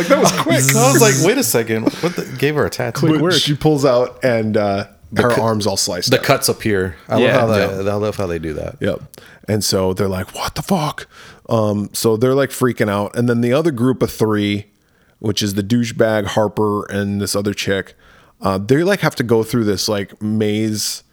C: that was quick.
D: I was like, wait a second, what the, gave her a tattoo?
C: But She pulls out and uh, her
D: cu-
C: arm's all sliced.
D: the
C: up.
D: cuts appear. I
A: Yeah.
D: love how they, I love how they do that.
C: Yep. And so they're like, what the fuck? Um, so they're like freaking out. And then the other group of three, which is the douchebag, Harper, and this other chick, uh, they like have to go through this like maze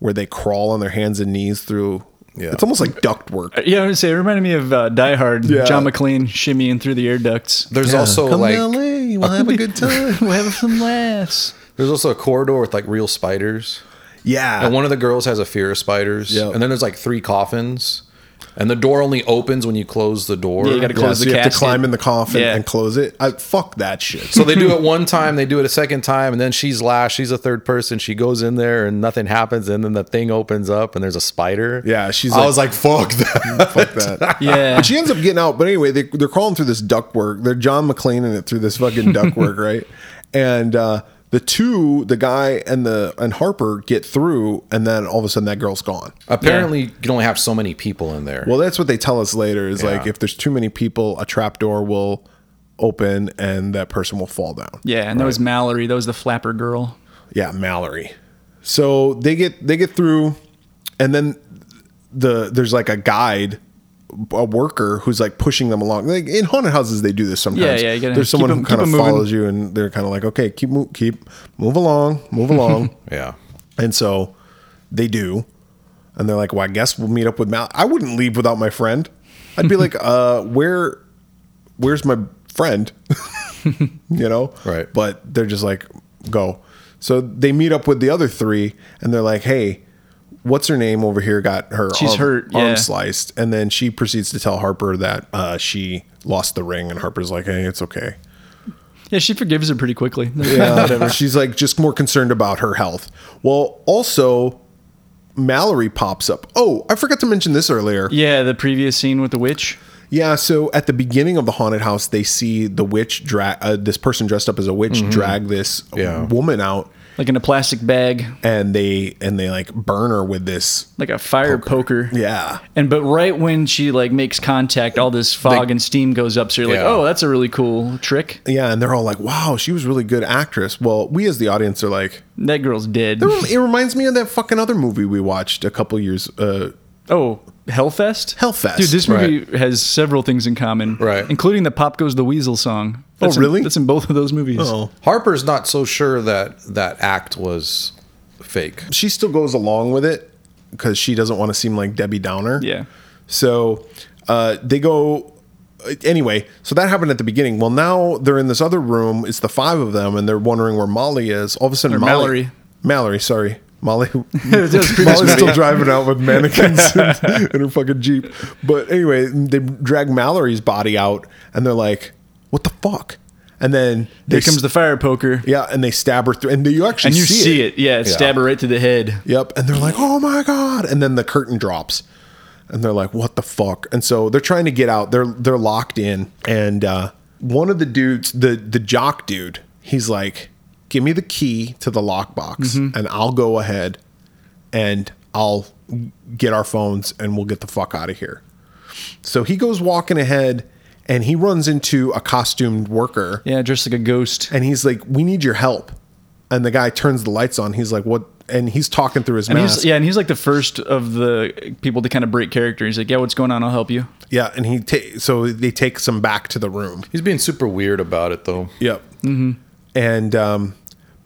C: where they crawl on their hands and knees through.
D: Yeah.
C: It's almost like duct work.
A: yeah, I was gonna say it reminded me of uh, Die Hard.
C: Yeah.
A: John McClane shimmying through the air ducts.
D: There's also like
C: LA, we'll have a good time.
A: We're having some laughs.
D: there's also a corridor with like real spiders,
C: Yeah.
D: and one of the girls has a fear of spiders.
C: Yep.
D: And then there's like three coffins, And the door only opens when you close the door.
A: Yeah, you gotta
C: Yeah,
A: close
C: so
A: the
C: you have to
A: casket.
C: climb in the coffin
A: Yeah.
C: and close it. I, fuck that shit.
D: So they do it one time, they do it a second time, and then she's last. She's a third person. She goes in there and nothing happens, and then the thing opens up and there's a spider.
C: Yeah, she's
D: I
C: like-
D: was like, fuck that.
C: fuck that.
A: Yeah.
C: But she ends up getting out. But anyway, they, they're crawling through this ductwork. They're John McClane in it through this fucking ductwork, right? And uh, the two, the guy and the and Harper get through, and then all of a sudden that girl's gone.
D: Uh, Apparently, you can only have so many people in there.
C: Well, that's what they tell us later. Is like
D: Yeah.
C: if there's too many people, a trap door will open, and that person will fall down.
A: Yeah, and that was Mallory. That was the flapper girl.
C: Yeah, Mallory. So they get they get through, and then the there's like a guide, a worker who's like pushing them along. Like in haunted houses, they do this sometimes.
A: Yeah, yeah, you gotta
C: there's
A: keep
C: someone
A: 'em-
C: who
A: keep
C: kind of
A: 'em moving.
C: follows you, and they're kind of like, okay, keep move, keep move along, move along.
D: yeah.
C: and so they do, and they're like, well, I guess we'll meet up with Mal. I wouldn't leave without my friend. I'd be like, uh, where, where's my friend? you know?
D: Right.
C: But they're just like, go. So they meet up with the other three and they're like, hey, what's her name over here got her
A: She's
C: arm,
A: hurt,
C: arm
A: yeah.
C: sliced. And then she proceeds to tell Harper that uh, she lost the ring. And Harper's like, hey, it's okay.
A: Yeah, she forgives her pretty quickly.
C: Yeah, whatever. She's like just more concerned about her health. Well, also, Mallory pops up. Oh, I forgot to mention this earlier.
A: yeah, the previous scene with the witch.
C: Yeah, so at the beginning of the haunted house, they see the witch drag uh, this person dressed up as a witch drag this
D: Yeah.
C: woman out,
A: Like in a plastic bag,
C: and they and they like burn her with this.
A: like a fire poker.
C: Yeah,
A: And but right when she like makes contact, all this fog and steam goes up. So you're like,
D: Yeah.
A: oh, that's a really cool trick.
C: yeah, and they're all like, "Wow, she was really good actress." Well, we as the audience are like,
A: That girl's dead.
C: "It reminds me of that fucking other movie we watched a couple years." Uh,
A: Oh, Hellfest.
C: Hellfest,
A: Dude, this movie has several things in common,
D: Right.
A: Including the "Pop Goes the Weasel" song. That's in-
C: really?
A: that's in both of those movies.
C: oh,
D: Harper's not so sure that that act was fake.
C: she still goes along with it because she doesn't want to seem like Debbie Downer.
A: Yeah.
C: So uh, they go. Anyway, so that happened at the beginning. Well, now they're in this other room. It's the five of them, and they're wondering where Molly is. All of a sudden,
A: Or
C: Molly,
A: Mallory.
C: Mallory, sorry, Molly.
A: That was pretty-
C: Molly's still driving out with mannequins in, in her fucking jeep. But anyway, they drag Mallory's body out, and they're like, "What the fuck?" And then they
A: Here comes the fire poker,
C: yeah, and they stab her through, and you actually
A: and you see,
C: see it.
A: it. Yeah, stab her right to the head.
C: Yep. And they're like, oh my God. And then the curtain drops. And they're like, what the fuck? And so they're trying to get out. They're they're locked in. And uh, one of the dudes, the the jock dude, he's like, give me the key to the lockbox
A: Mm-hmm.
C: and I'll go ahead and I'll get our phones and we'll get the fuck out of here. So he goes walking ahead and he runs into a costumed worker
A: Yeah, just like a ghost.
C: and he's like, We need your help. And the guy turns the lights on. He's like, What? And he's talking through his
A: And
C: mask.
A: he's, yeah, and he's like the first of the people to kind of break character. He's like, "Yeah, what's going on? I'll help you."
C: Yeah, and he ta- so they take some back to the room.
D: He's being super weird about it, though.
C: Yep. Mm-hmm. And um,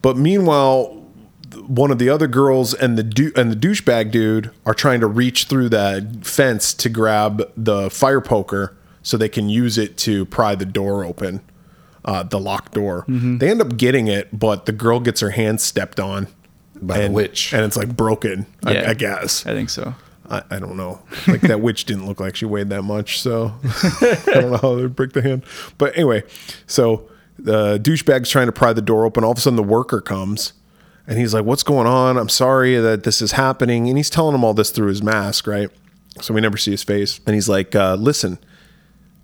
C: but meanwhile, th- one of the other girls and the du- and the douchebag dude are trying to reach through that fence to grab the fire poker so they can use it to pry the door open, uh, the locked door. They end up getting it, but the girl gets her hand stepped on
D: By the
C: and,
D: witch.
C: and it's like broken.
A: Yeah.
C: I, I guess.
A: I think so.
C: I, I don't know. Like that witch didn't look like she weighed that much, so I don't know how they break the hand. But anyway, so the douchebag's trying to pry the door open. All of a sudden, the worker comes and he's like, "What's going on? I'm sorry that this is happening." And he's telling him all this through his mask, right? So we never see his face. And he's like, uh, "Listen,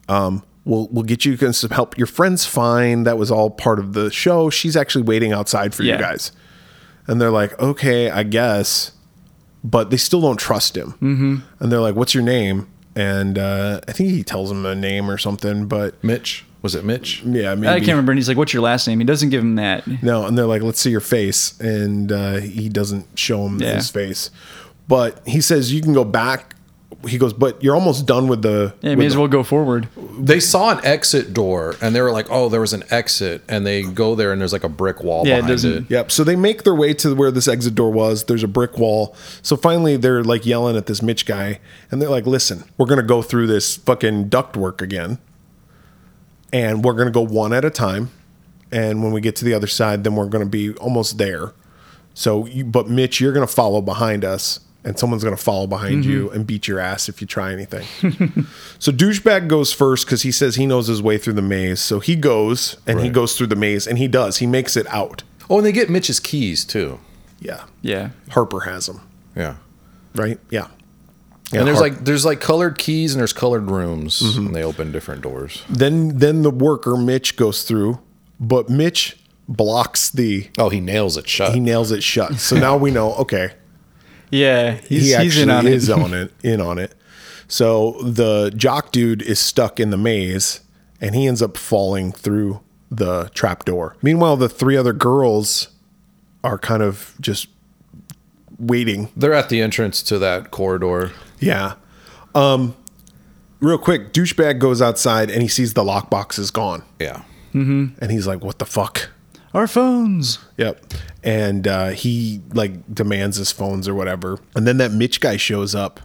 C: um, we'll we'll get you some help. Your friend's fine. That was all part of the show. She's actually waiting outside for
A: Yeah.
C: you guys. And they're like, okay, I guess, but they still don't trust him. Mm-hmm. And they're like, what's your name? And uh, I think he tells them a name or something, but
D: Mitch? Was it Mitch?
C: yeah, maybe.
A: I can't remember. And he's like, "What's your last name?" He doesn't give him that.
C: No, and they're like, let's see your face. And uh, he doesn't show him
A: Yeah.
C: his face. But he says, you can go back. He goes, but you're almost done with the.
A: Yeah,
C: with
A: may as
C: the-
A: well go forward.
D: They saw an exit door and they were like, oh, there was an exit. And they go there and there's like a brick wall
A: Yeah, it
D: behind it.
A: doesn't-
C: Yep. So they make their way to where this exit door was. There's a brick wall. So finally, they're like yelling at this Mitch guy, and they're like, "Listen, we're gonna go through this fucking ductwork again, and we're gonna go one at a time, and when we get to the other side, then we're gonna be almost there. So, you, but Mitch, you're gonna follow behind us, and someone's going to follow behind you and beat your ass if you try anything. so douchebag goes first because he says he knows his way through the maze. So he goes and he
D: Right.
C: goes through the maze and he does. He makes it out.
D: Oh, and they get Mitch's keys too.
C: Yeah.
A: Yeah.
C: Harper has them,
D: Yeah.
C: right? Yeah. Mm-hmm.
D: and there's
C: Harp-
D: like there's like colored keys and there's colored rooms and they open different doors.
C: then then the worker Mitch goes through, but Mitch blocks the
D: Oh, he nails it shut.
C: he nails it shut. So now we know, okay,
A: Yeah. He's,
C: he actually
A: he's in on
C: is
A: it.
C: on it, in on it. So the jock dude is stuck in the maze, and he ends up falling through the trap door. Meanwhile, the three other girls are kind of just waiting.
D: They're at the entrance to that corridor.
C: Yeah. Um, real quick, douchebag goes outside and he sees the lockbox is gone,
D: Yeah.
C: and he's like, "What the fuck."
A: Our phones.
C: Yep. And uh, he like demands his phones or whatever. And then that Mitch guy shows up.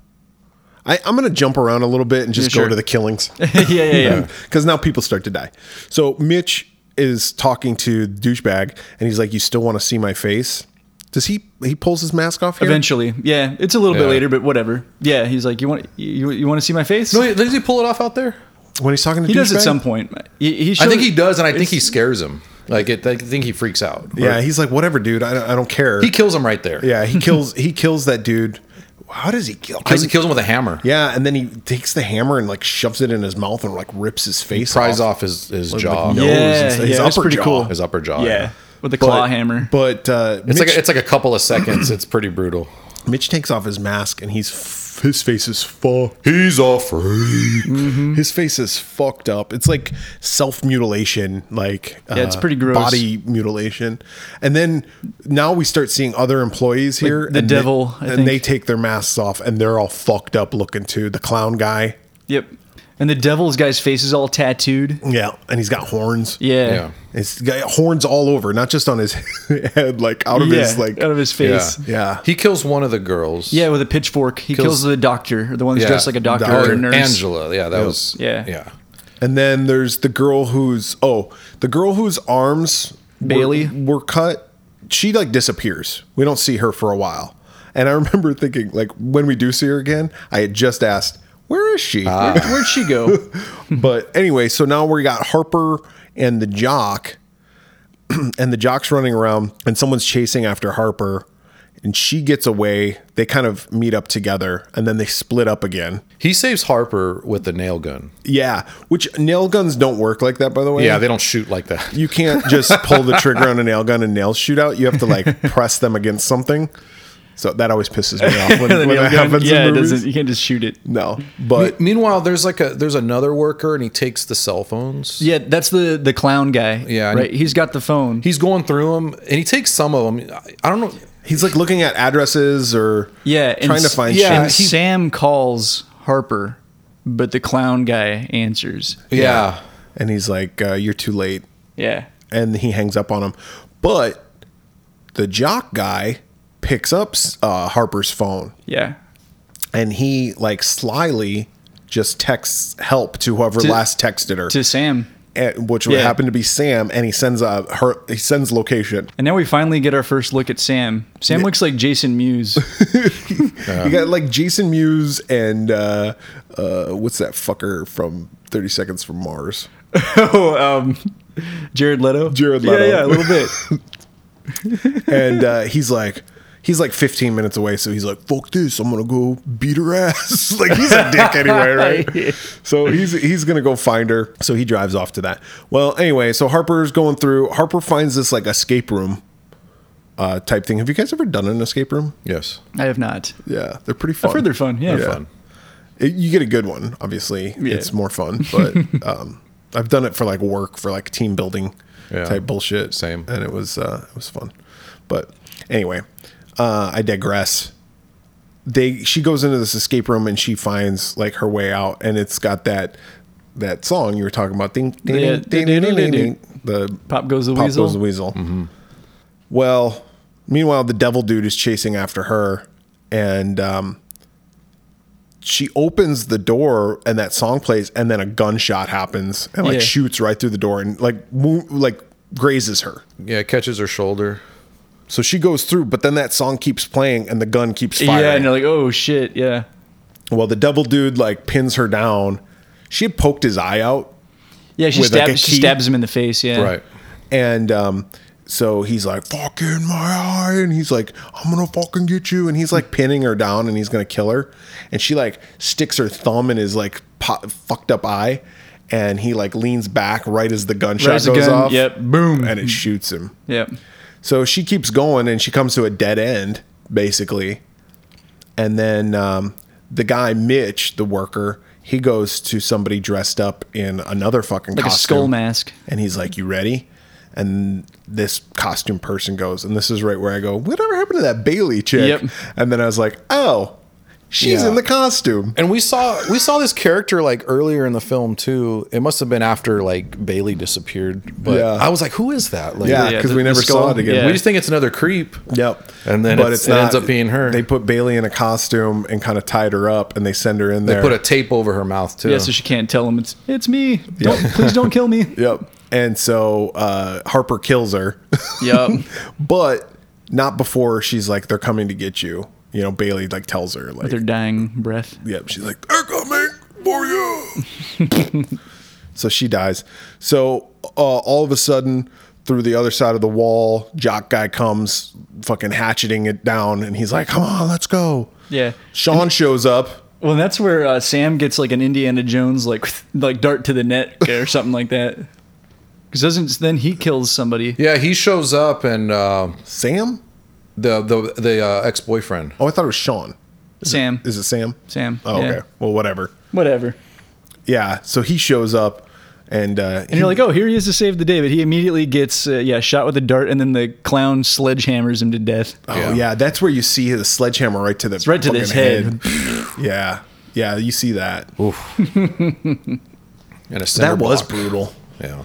C: I, I'm going to jump around a little bit and just
A: Yeah,
C: go
A: sure.
C: to the killings
A: yeah, yeah, yeah.
C: because now people start to die. So Mitch is talking to douchebag and he's like, "You still want to see my face?" Does he? He pulls his mask off here.
A: Eventually. Yeah. It's a little
D: Yeah.
A: bit later, but whatever. Yeah. He's like, you want you, you want to see my face?
D: No, does he pull it off out there?
C: when he's talking to
A: he
C: douchebag?
A: does at some point. He, he
D: I
A: shows-
D: think he does, and I think he scares him. Like it, I think he freaks out.
C: Yeah, he's like, "Whatever, dude. I don't, I don't care."
D: He kills him right there.
C: yeah, he kills. he kills that dude. How does he kill?
D: Kills, he kills him with a hammer.
C: Yeah, and then he takes the hammer and like shoves it in his mouth and like rips his face
D: Pries
C: off.
D: off his, his jaw.
C: no.
A: Yeah.
C: nose and
A: yeah
C: stuff. His
A: it was
C: upper
A: pretty
C: jaw.
A: cool.
D: His upper jaw.
A: Yeah. With the claw hammer.
C: But uh,
D: It's
C: Mitch,
D: like a, it's like a couple of seconds. It's pretty brutal.
C: Mitch takes off his mask and he's f- his face is fuck.
D: He's a freak.
A: Mm-hmm.
C: His face is fucked up. It's like self mutilation, like uh,
A: Yeah, it's pretty gross.
C: body mutilation. And then now we start seeing other employees here.
A: the
C: and they-
A: devil, I
C: and
A: think.
C: they take their masks off and they're all fucked up looking too. The clown guy,
A: Yep. And the devil's guy's face is all tattooed.
C: yeah, and he's got horns.
A: Yeah.
D: Yeah.
C: It's got horns all over, not just on his head, like out of
A: Yeah,
C: his like
A: out of his face.
D: Yeah.
A: Yeah.
C: yeah.
D: He kills one of the girls.
A: with a pitchfork. He kills,
D: Kills-
A: the doctor, the one that's
D: Yeah.
A: dressed like a doctor
C: Doctor.
A: or a nurse.
D: Angela. Yeah, that was.
A: Yeah.
D: Yeah.
C: And then there's the girl who's oh, the girl whose arms were-
A: Bailey?
C: were, cut. She like disappears. We don't see her for a while. And I remember thinking like when we do see her again, I had just asked, "Where is she?"
A: Where'd she go?
C: But anyway, so now we got Harper and the jock and the jock's running around and someone's chasing after Harper and she gets away. They kind of meet up together and then they split up again.
D: He saves Harper with the nail gun.
C: Yeah, which nail guns don't work like that by the way.
D: Yeah, they don't shoot like that.
C: you can't just pull the trigger on a nail gun and nails shoot out. You have to like press them against something. So that always pisses me off when,
A: The
C: when
A: nail
C: that
A: gun.
C: happens
A: yeah,
C: in
A: it
C: movies.
A: doesn't. You can't just shoot it.
C: No, but
D: Meanwhile, there's like a there's another worker and he takes the cell phones.
A: Yeah, that's the the clown guy.
D: Yeah, and-
A: right. He's got the phone.
D: He's going through them and he takes some of them. I don't know.
C: he's like looking at addresses or
A: yeah, and
C: trying to
A: s-
C: find
A: Yeah,
C: yeah,
A: and
D: he-
A: Sam calls Harper, but the clown guy answers.
D: Yeah.
C: And he's like, uh, "You're too late,"
A: Yeah,
C: and he hangs up on him. But the jock guy picks up uh, Harper's phone
A: yeah.
C: and he like slyly just texts help to whoever
A: To-
C: last texted her,
A: To Sam,
C: and- which
A: Yeah.
C: happened to be Sam, and he sends uh, her he sends location.
A: and now we finally get our first look at Sam. Sam looks like Jason Mewes.
C: You got like Jason Mewes and uh, uh, what's that fucker from Thirty Seconds from Mars?
A: oh, um, Jared Leto.
C: Jared
A: Yeah,
C: Leto.
A: yeah, a little bit.
C: And uh, he's like, he's like 15 minutes away, so he's like, "Fuck this! I'm gonna go beat her ass." like he's a dick anyway, right? So he's he's gonna go find her. So he drives off to that. Well, anyway, so Harper's going through. Harper finds this like escape room. Uh, type thing. Have you guys ever done an escape room?
D: Yes.
A: I have not.
C: Yeah, they're pretty fun.
A: I've heard they're fun. Yeah.
C: Yeah.
D: Fun.
C: It- you get a good one obviously it's more fun but um, i've done it for like work for like team building
D: Yeah.
C: type bullshit
D: Same.
C: and it was uh, it was fun but anyway uh, i digress they she goes into this escape room and she finds like her way out and it's got that that song you were talking about ding ding
A: Yeah.
C: ding, ding, ding, ding, ding. the
A: Pop goes the
C: Pop
A: weasel. Mm-hmm.
C: goes the weasel. Well, meanwhile, the devil dude is chasing after her, and um, she opens the door, and that song plays, and then a gunshot happens, and like
A: Yeah.
C: shoots right through the door, and like wo- like grazes her.
D: Yeah. Catches her shoulder.
C: So she goes through, but then that song keeps playing and the gun keeps firing.
A: Yeah, and you're like, oh shit, yeah.
C: Well, the devil dude like pins her down. She had poked his eye out,
A: Yeah, she
C: With, like,
A: stabs
C: a
A: she
C: key?
A: stabs him in the face, yeah.
D: Right.
C: and um, so he's like, "Fucking my eye!" And he's like, "I'm gonna fucking get you!" And he's like pinning her down, and he's gonna kill her. And she like sticks her thumb in his like po- fucked up eye, and he like leans back right as the gunshot
A: as the
C: goes
A: gun-
C: off.
A: yep, boom.
C: and it shoots him.
A: Yep.
C: So she keeps going and she comes to a dead end, basically. And then um, the guy, Mitch, the worker, he goes to somebody dressed up in another fucking
A: Like a
C: costume.
A: skull mask.
C: And he's like, You ready? And this costume person goes, and this is right where I go, Whatever happened to that Bailey chick?
A: Yep.
C: And then I was like, Oh, she's
D: Yeah.
C: in the costume.
D: And we saw we saw this character like earlier in the film too. It must have been after like Bailey disappeared. But
C: Yeah.
D: I was like, who is that? Like,
C: Yeah,
A: yeah,
C: because
A: the-
C: we
A: the
C: never saw
A: skull,
C: it again.
A: yeah.
D: We just think it's another creep.
C: Yep.
D: And then it's- it ends up being her.
C: They put Bailey in a costume and kind of tied her up and they send her in there.
D: They put a tape over her mouth too.
A: Yeah, so she can't tell him it's it's me. Don't, please don't kill me.
C: Yep. And so uh, Harper kills her,
A: yep.
C: but not before she's like, they're coming to get you. You know, Bailey like tells her, like,
A: Their dying breath.
C: yep, she's like, they're coming for you. so she dies. So uh, all of a sudden, through the other side of the wall, Jock guy comes fucking hatcheting it down and he's like, come on, let's go.
A: Yeah.
C: Sean shows up.
A: Well, that's where uh, Sam gets like an Indiana Jones like like dart to the net or something like that. Because doesn't then he kills somebody?
D: Yeah, he shows up and uh,
C: Sam?
D: the the the uh, ex boyfriend.
C: Oh, I thought it was Sean.
A: Sam.
C: Is it Sam?
A: Sam.
C: Oh,
A: yeah.
C: okay. Well, whatever.
A: Whatever.
C: Yeah. So he shows up and, uh,
A: And you're like, oh, here he is to save the day, but he immediately gets uh, yeah shot with a dart, and then the clown sledgehammers him to death.
C: Oh yeah. that's where you see the sledgehammer right to the
A: right to
C: fucking
A: his head.
C: yeah, yeah, you see that.
D: And a cinder
C: that was
D: block.
C: brutal.
D: Yeah.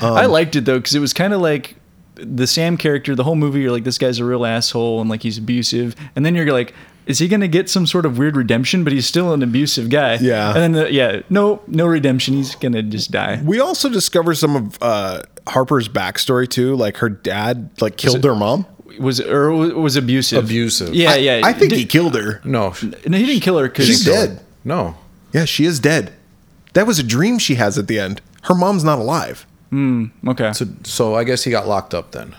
C: Um,
A: I liked it though because it was kind of like the Sam character. The whole movie, you're like, this guy's a real asshole and like he's abusive, and then you're like, is he gonna get some sort of weird redemption? But he's still an abusive guy.
C: Yeah.
A: And then the, yeah, no, no redemption. He's gonna just die.
C: We also discover some of uh, Harper's backstory too. Like her dad, like killed her mom.
A: Was or was abusive.
D: Abusive.
A: Yeah, yeah.
C: I think
A: Did-
C: he killed her.
D: No. sh-
A: No, he didn't kill her because
C: She's dead.
D: No.
C: Yeah, she is dead. That was a dream she has at the end. Her mom's not alive.
A: Okay.
D: So so I guess he got locked up then.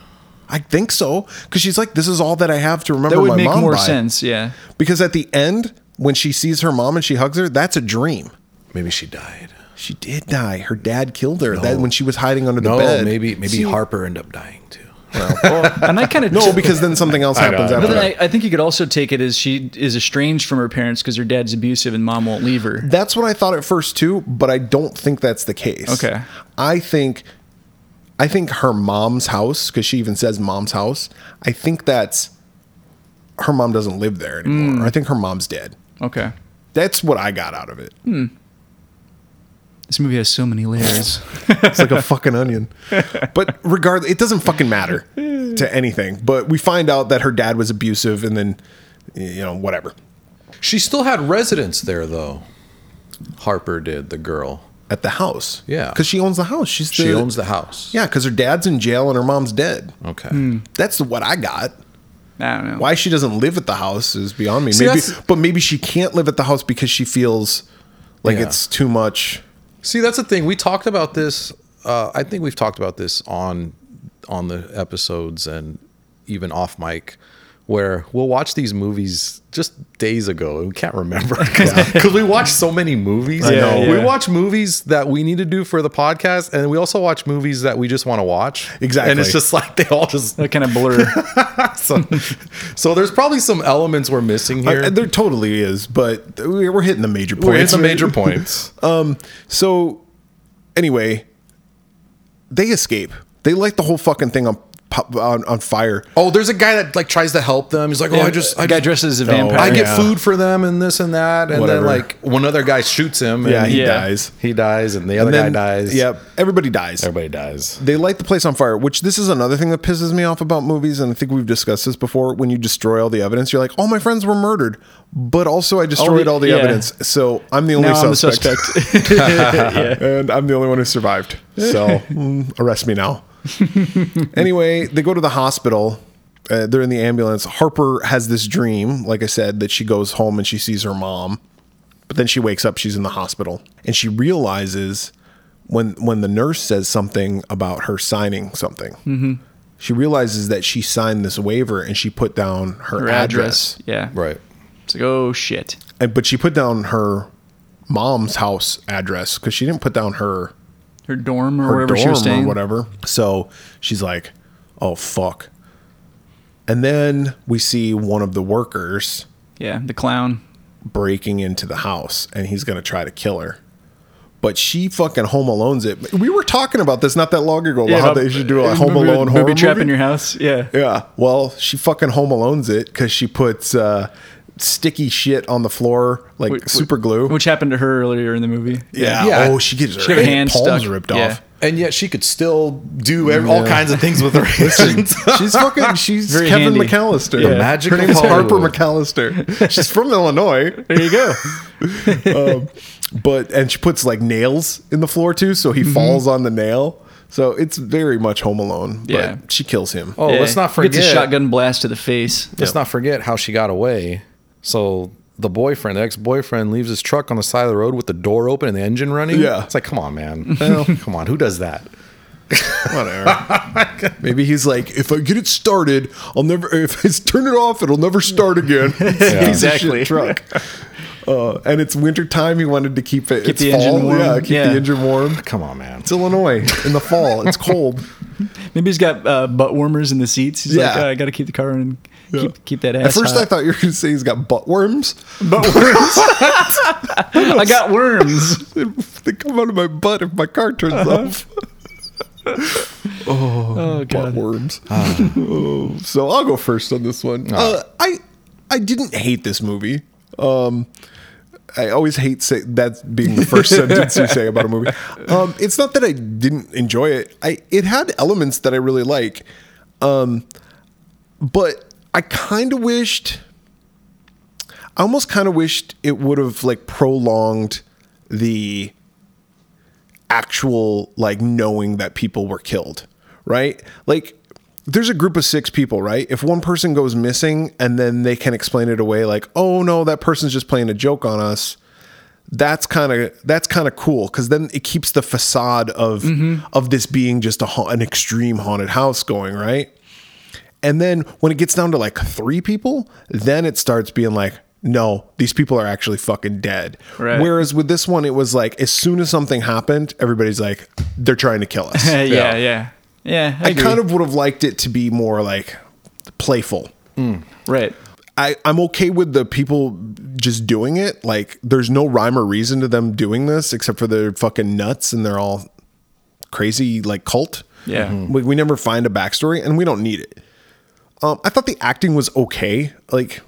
C: I think so because she's like, "This is all that I have to remember."
A: that would
C: my
A: make
C: mom
A: more
C: by."
A: sense. Yeah.
C: because at the end, when she sees her mom and she hugs her, that's a dream.
D: Maybe she died.
C: She did die. Her dad killed her. That when she was hiding under the
D: No,
C: bed.
D: maybe maybe Harper ended up dying too.
A: And I kind of
C: No, because then something else happens
D: know.
C: after
A: But then
C: that.
A: I, I think you could also take it as she is estranged from her parents because her dad's abusive and mom won't leave her.
C: That's what I thought at first too, but I don't think that's the case.
A: Okay.
C: I think I think her mom's house, because she even says mom's house, I think that's her mom doesn't live there anymore. I think her mom's dead.
A: Okay.
C: That's what I got out of it.
A: This movie has so many layers.
C: It's like a fucking onion. But regardless, it doesn't fucking matter to anything. But we find out that her dad was abusive and then you know, whatever.
D: She still had residence there though. Harper did, the girl.
C: At the house.
D: Yeah.
C: Because she owns the house. She's
D: She
C: the-
D: owns the house.
C: Yeah, because her dad's in jail and her mom's dead.
D: Okay.
C: That's what I got.
A: I don't know.
C: Why she doesn't live at the house is beyond me. maybe,
D: that's-
C: but maybe she can't live at the house because she feels like
D: Yeah.
C: it's too much.
D: See, that's the thing. We talked about this. Uh, I think we've talked about this on on the episodes and even off mic, where we'll watch these movies just days ago and we can't remember because we watch so many movies.
C: I know.
D: We
A: yeah.
D: watch movies that we need to do for the podcast, and we also watch movies that we just want to watch.
C: Exactly.
D: and it's just like they all just
A: That kind of blur.
D: so, so there's probably some elements we're missing here.
C: I- there totally is, but we- we're hitting the major points. Um,
D: we're hitting the major points.
C: So, anyway, they escape. They light the whole fucking thing on pop- on, on fire.
D: Oh, there's a guy that like tries to help them. He's like, oh, I just I
A: guy
D: just-
A: dresses as a
C: No,
A: vampire.
D: I get
C: Yeah.
D: food for them and this and that, and
C: Whatever.
D: then like one other guy shoots him. And
C: Yeah, he
A: Yeah.
C: dies.
D: he dies, and the other
C: Then-
D: guy dies.
C: Yep, everybody dies.
D: everybody dies.
C: they light the place on fire, which this is another thing that pisses me off about movies, and I think we've discussed this before. When you destroy all the evidence, you're like, "All my friends were murdered," but also I destroyed
A: the-
C: all the,
A: Oh, yeah.
C: evidence, so I'm the only
A: now I'm the
C: suspect,
A: suspect.
C: and I'm the only one who survived. So mm, arrest me now. anyway, they go to the hospital, Uh, they're in the ambulance. Harper has this dream, like I said, that she goes home and she sees her mom, but then she wakes up. She's in the hospital, and she realizes when when the nurse says something about her signing something. She realizes that she signed this waiver and she put down her,
A: Her
C: address.
A: address. Yeah.
D: Right.
A: It's like, oh shit.
C: And, but she put down her mom's house address because she didn't put down her
A: Her dorm or
C: her
A: wherever she was
C: dorm
A: staying.
C: or whatever. So she's like, "Oh fuck." And then we see one of the workers
A: Yeah, the clown.
C: breaking into the house and he's going to try to kill her. But she fucking home alones it. We were talking about this not that long ago about
A: Yeah,
C: how
A: about-
C: they should do a
A: uh,
C: home
A: booby-
C: alone
A: booby
C: horror
A: trap
C: movie.
A: in your house. Yeah.
C: Yeah. Well, she fucking home alones it because she puts uh, sticky shit on the floor like
A: Wh- wh-
C: super glue.
A: Which happened to her earlier in the movie.
C: yeah.
D: Yeah.
C: Oh, she gets her,
A: She got her hand
C: palms
A: stuck.
C: ripped
A: Yeah.
C: off.
D: And yet she could still do ev- all kinds of things with her hands.
C: She's fucking. She's
A: Very
C: Kevin
A: handy.
C: McAllister.
A: The
D: magic
C: Her
D: of
C: name is Harper
D: Hollywood.
C: McAllister. She's from Illinois, Um,
A: There you go.
C: but and she puts like nails in the floor too, so he
A: Mm-hmm.
C: falls on the nail. So it's very much Home Alone. But
A: Yeah.
C: she kills him.
D: oh,
A: Yeah.
D: let's not
A: He
D: forget.
A: Gets a shotgun blast to the face.
D: Let's not forget how she got away. So the boyfriend, the ex-boyfriend, leaves his truck on the side of the road with the door open and the engine running.
C: Yeah.
D: it's like, come on, man, come on, who does that?
C: whatever. Maybe he's like, if I get it started, I'll never. If I turn it off, it'll never start again. Piece of shit
A: Exactly.
C: Truck. Uh, and it's wintertime. He wanted to keep it. it's
A: the
C: fall.
A: engine warm.
C: Yeah, keep
A: Yeah.
C: the engine warm.
D: Come on, man.
C: It's Illinois in the fall. It's cold.
A: Maybe he's got uh, butt warmers in the seats. He's like,
C: Yeah.
A: "Oh, I got to keep the car and
C: Yeah.
A: keep keep that ass.
C: At first,
A: hot."
C: I thought you were going to say he's got butt worms.
A: I got worms.
C: they come out of my butt if my car turns off.
A: Oh
C: butt
A: god. Ah.
C: worms. Oh, so I'll go first on this one. Uh, I I didn't hate this movie. Um, I always hate say that being the first sentence you say about a movie. Um, it's not that I didn't enjoy it. I it had elements that I really like, um, but I kind of wished. I almost kind of wished it would have like prolonged the actual like knowing that people were killed, right? Like there's a group of 6 people, right? If one person goes missing and then they can explain it away like, "Oh no, that person's just playing a joke on us." That's kind of that's kind of cool cuz then it keeps the facade of of this being just a ha- an extreme haunted house going, right? And then when it gets down to like three people, then it starts being like, no, these people are actually fucking dead.
A: Right.
C: Whereas with this one, it was like, as soon as something happened, everybody's like, they're trying to kill us.
A: Yeah, yeah,
D: Yeah.
A: yeah. Yeah, I,
C: I kind
A: kind of
C: of would have liked it to be more like playful.
A: right.
C: I, I'm okay with the people just doing it. Like, there's no rhyme or reason to them doing this except for they're fucking nuts and they're all crazy, like cult.
A: Yeah. Mhm.
C: We, we never find a backstory and we don't need it. Um, I thought the acting was okay. Like,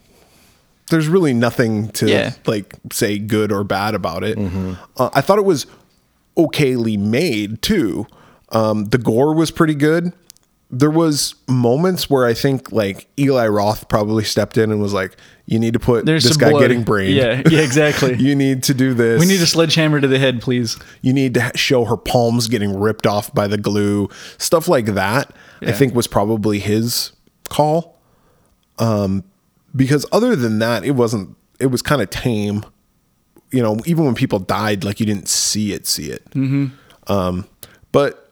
C: there's really nothing to
A: Yeah. Mm-hmm.
C: like say good or bad about it. Uh, I thought it was okayly made too. Um, the gore was pretty good. There was moments where I think like Eli Roth probably stepped in and was like, "You need to put
A: There's
C: this
A: some
C: guy
A: blood.
C: getting brained.
A: Yeah, yeah, exactly.
C: you need to do this.
A: we need a sledgehammer to the head, please.
C: you need to show her palms getting ripped off by the glue. Stuff like that. I
A: Yeah.
C: think was probably his call. Um, because other than that, it wasn't. It was kind of tame. You know, even when people died, like you didn't see it, see it. Um, but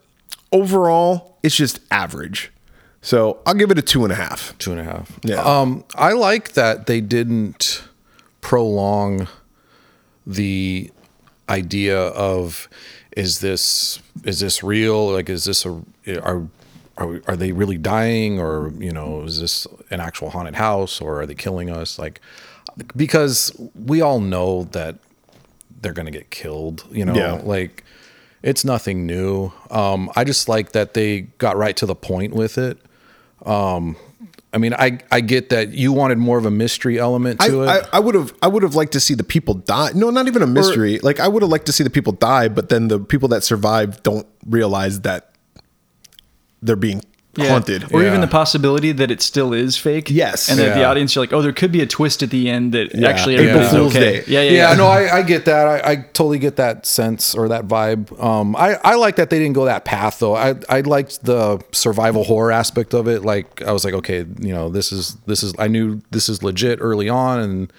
C: overall, it's just average. So I'll give it a two and a half.
D: Two and a half.
C: Yeah.
D: Um, I like that they didn't prolong the idea of is this is this real? Like, is this a are are, we- are they really dying, or you know, is this an actual haunted house, or are they killing us? Like, because we all know that they're gonna get killed. You know,
C: Yeah.
D: like it's nothing new. Um, I just like that they got right to the point with it. I mean, I I get that you wanted more of a mystery element
C: I,
D: to it.
C: I, I would have I would have liked to see the people die. No, not even a mystery. like I would have liked to see the people die, but then the people that survive don't realize that they're being
A: Yeah.
C: haunted.
A: Or even
D: Yeah.
A: the possibility that it still is fake.
C: Yes.
A: And that the
D: Yeah.
A: audience, you're like, oh, there could be a twist at the end that
C: Yeah.
A: actually
C: April
A: everybody's
C: Fool's
A: okay.
C: Day.
A: Yeah, yeah,
D: yeah,
A: yeah.
D: no, I, I get that. I, I totally get that sense or that vibe. Um, I, I like that they didn't go that path though. I, I liked the survival horror aspect of it. Like I was like, okay, you know, this is this is I knew this is legit early on, and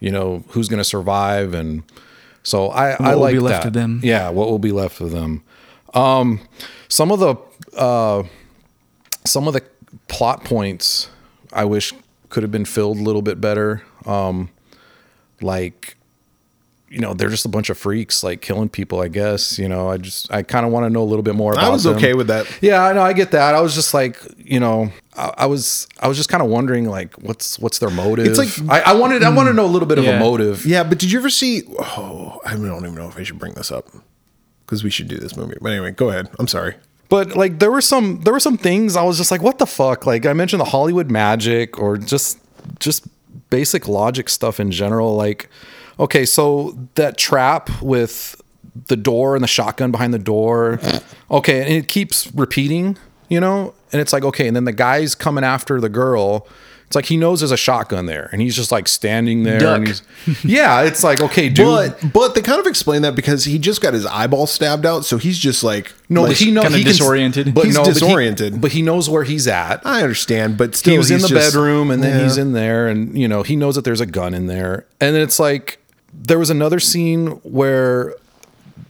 D: you know who's gonna survive, and so I I
A: will
D: like
A: be left
D: that.
A: of them?
D: Yeah, what will be left of them? Um, some of the uh, some of the plot points I wish could have been filled a little bit better. Um, like you know they're just a bunch of freaks like killing people i guess you know i just i kind of want to know a little bit more about
C: I was
D: them.
C: okay with that.
D: yeah i know i get that i was just like you know i, I was i was just kind of wondering like what's what's their motive
C: It's like- Hmm.
D: i, I wanted i want to know a little bit of
A: Yeah.
D: a motive
C: Yeah, but did you ever see? Oh, I don't even know if I should bring this up because we should do this movie. But anyway, go ahead. I'm sorry.
D: but like there were some there were some things i was just like what the fuck like i mentioned the hollywood magic or just just basic logic stuff in general like okay so that trap with the door and the shotgun behind the door okay and it keeps repeating you know and it's like okay and then the guy's coming after the girl it's like he knows there's a shotgun there and he's just like standing there and
A: Duck.
D: he's- yeah it's like okay dude
C: But but they kind of explain that because he just got his eyeball stabbed out, so he's just like
D: no
C: like,
D: but he knows
A: kinda
D: he can-
A: disoriented.
D: but
C: He's
D: no, but he-
C: disoriented.
D: but he knows where he's at
C: I understand, but still
D: he was in
C: he's
D: the
C: just-
D: bedroom and then
C: Yeah.
D: he's in there and you know he knows that there's a gun in there and it's like there was another scene where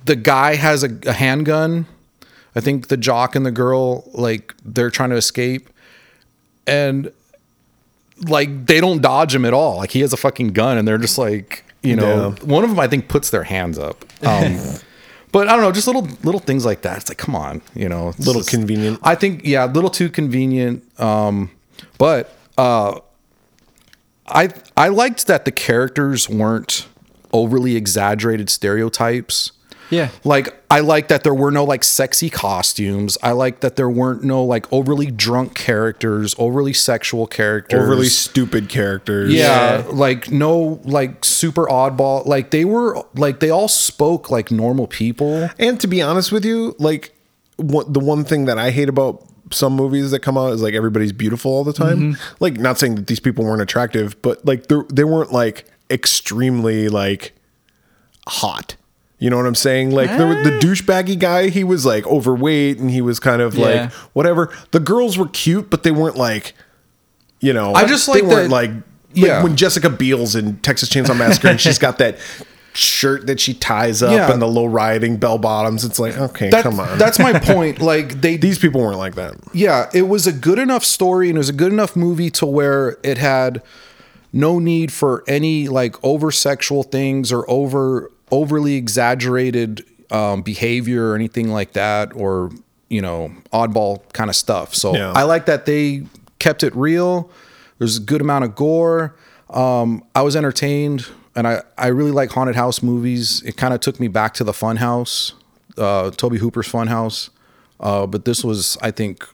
D: the guy has a, a handgun i think the jock and the girl like they're trying to escape and like they don't dodge him at all like he has a fucking gun and they're just like you know one of them i think puts their hands up um But I don't know, just little little things like that. It's like, come on, you know, it's
C: Little
D: just-
C: convenient.
D: I think, yeah, a little too convenient. Um, but uh, I I liked that the characters weren't overly exaggerated stereotypes.
A: Yeah.
D: Like I like that there were no like sexy costumes. I like that there weren't no like overly drunk characters, overly sexual characters,
C: overly stupid characters.
D: yeah,
A: Yeah.
D: like no like super oddball. Like they were like they all spoke like normal people.
C: And to be honest with you, like what, the one thing that I hate about some movies that come out is like everybody's beautiful all the time.
D: Mm-hmm.
C: Like not saying that these people weren't attractive, but like they they weren't like extremely like hot. You know what I'm saying? Like there were- the
D: Eh.
C: douchebaggy guy, he was like overweight and he was kind of
A: Yeah.
C: like whatever. The girls were cute, but they weren't like you know.
D: I just
C: they
D: like
C: weren't
D: that-
C: like like
D: Yeah.
C: when Jessica Biel's in Texas Chainsaw Massacre and she's got that shirt that she ties up
D: Yeah.
C: and the low riding bell bottoms. It's like, okay,
D: That-
C: come on.
D: That's my point. Like they
C: These people weren't like that.
D: yeah, it was a good enough story and it was a good enough movie to where it had no need for any like over sexual things or over overly exaggerated um, behavior or anything like that or you know oddball kind of stuff. So
C: Yeah.
D: I like that they kept it real. There's a good amount of gore. Um, I was entertained and I I really like haunted house movies. It kind of took me back to the Fun House, uh, Toby Hooper's Fun House. Uh, but this was, I think,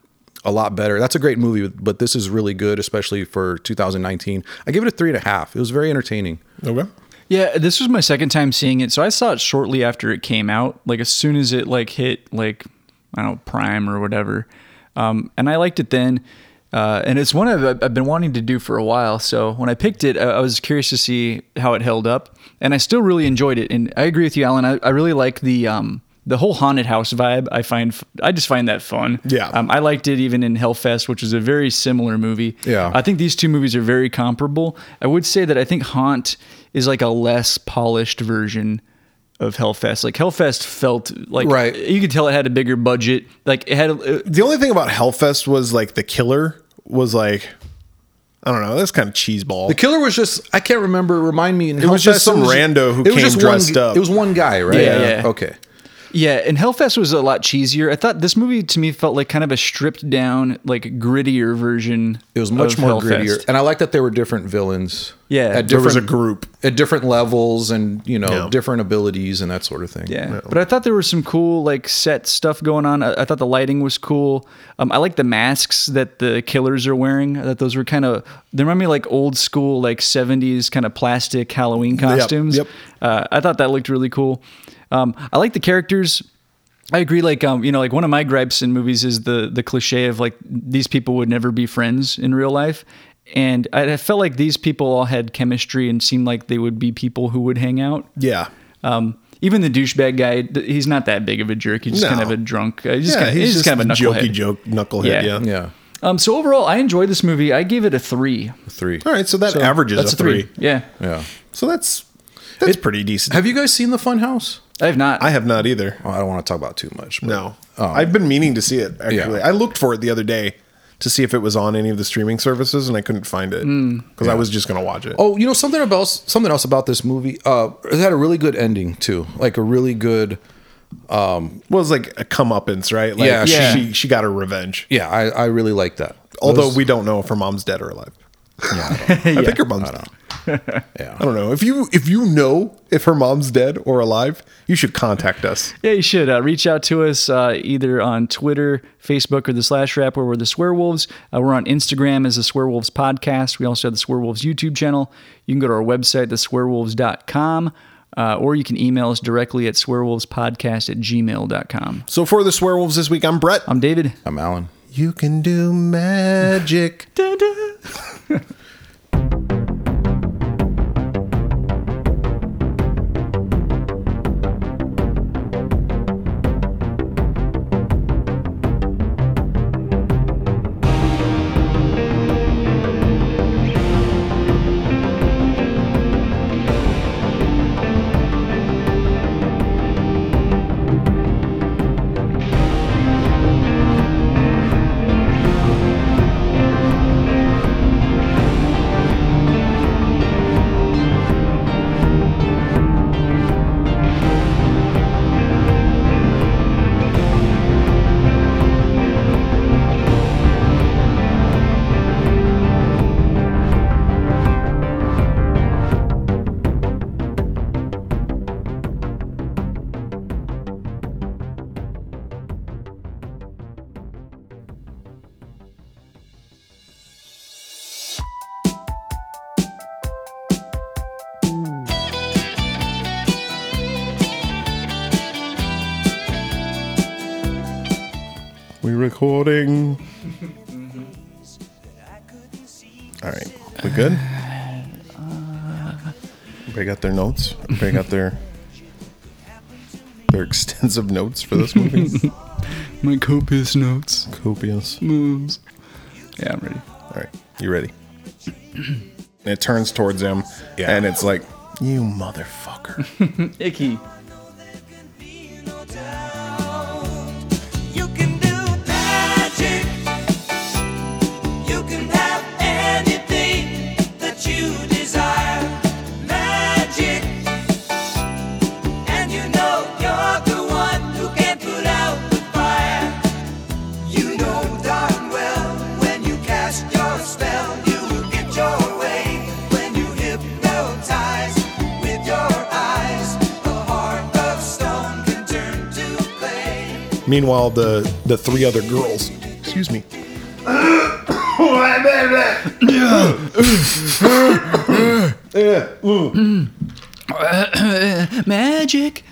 D: a lot better. That's a great movie, but this is really good, especially for 2019. I give it a three and a half. It was very entertaining.
C: Okay.
A: Yeah, this was my second time seeing it, so I saw it shortly after it came out. Like as soon as it like hit like I don't know Prime or whatever, um, and I liked it then. Uh, and it's one I've, I've been wanting to do for a while. So when I picked it, I, I was curious to see how it held up, and I still really enjoyed it. And I agree with you, Alan. I, I really like the um, the whole haunted house vibe. I find f- I just find that fun.
C: Yeah.
A: Um, I liked it even in Hellfest, which is a very similar movie.
D: Yeah.
A: I think these two movies are very comparable. I would say that I think Haunt is like a less polished version of Hellfest. Like Hellfest felt like
D: Right.
A: you could tell it had a bigger budget. Like it had a,
C: The only thing about Hellfest was like the killer was like, I don't know, that's kind of cheeseball.
D: The killer was just, I can't remember, remind me. In
C: was just some rando who
D: it was
C: came
D: just one-
C: dressed up.
D: It was one guy, right?
A: Yeah, Yeah. yeah.
D: Okay.
A: Yeah, and Hellfest was a lot cheesier. I thought this movie to me felt like kind of a stripped down, like grittier version.
D: It was much
A: of
D: more
A: Hellfest.
D: grittier. And I like that there were different villains.
A: Yeah.
D: At different,
A: There
C: was a group.
D: At different levels and, you know,
C: Yeah.
D: different abilities and that sort of thing.
A: Yeah. But I thought there was some cool like set stuff going on. I, I thought the lighting was cool. Um, I like the masks that the killers are wearing. I thought those were kind of they remind me of, like old school like 70s kind of plastic Halloween costumes.
C: yep.
A: Uh, I thought that looked really cool. Um, I like the characters. I agree. Like, um, you know, like one of my gripes in movies is the the cliche of like these people would never be friends in real life, and I, I felt like these people all had chemistry and seemed like they would be people who would hang out.
C: Yeah.
A: Um, even the douchebag guy, th- he's not that big of a jerk. He's just
C: No.
A: kind of a drunk. guy. He's just,
C: yeah,
A: kind, of, he's just kind of a
C: the jokey
A: knucklehead.
C: joke knucklehead. Yeah.
A: Yeah.
D: Yeah.
A: Um, so overall, I enjoyed this movie. I gave it a three.
D: Three.
C: All right, so that averages
A: That's
C: a three.
A: Yeah,
D: Yeah.
C: So that's that's pretty decent.
D: Have you guys seen the Fun House?
A: I have not.
C: I have not either.
D: Oh, I don't want to talk about it too much. but-
C: No, I've been meaning to see it. Actually,
D: Yeah.
C: I looked for it the other day to see if it was on any of the streaming services, and I couldn't find it because I was just gonna watch it.
D: Oh, you know something about something else about this movie. Uh, it had a really good ending too, like a really good.
C: well, it's like a comeuppance, right? Like,
D: Yeah,
A: Yeah.
C: She she got her revenge.
D: Yeah, I, I really like that.
C: Although
D: Those-
C: we don't know if her mom's dead or alive. I think her mom's dead.
D: yeah,
C: I don't know if you if you know if her mom's dead or alive, you should contact us.
A: yeah, you should uh, reach out to us uh, either on Twitter, Facebook, or the Slash Rap, where we're the Swearwolves. Uh, we're on Instagram as the Swearwolves Podcast. We also have the Swearwolves YouTube channel. You can go to our website, theswearwolves.com, uh, or you can email us directly at swearwolvespodcast at gmail.com.
C: So for the swearwolves this week, I'm Brett.
A: I'm David.
D: I'm Alan.
C: Um, you can do magic. We're recording. All right, we good? Everybody got their notes. Everybody got their their extensive notes for this movie.
A: My copious notes.
C: Copious.
A: Moves. Yeah, I'm ready.
C: All right, you ready? And it turns towards him,
D: Yeah.
C: and it's like, "You motherfucker."
A: Icky.
B: You can do magic. You can have anything that you desire. Magic. And you know you're the one who can put out the fire. You know darn well when you cast your spell, you will get your way. When you hypnotize with your eyes, a heart of stone can turn to clay.
C: Meanwhile, the the three other girls. Excuse me.
A: Magic.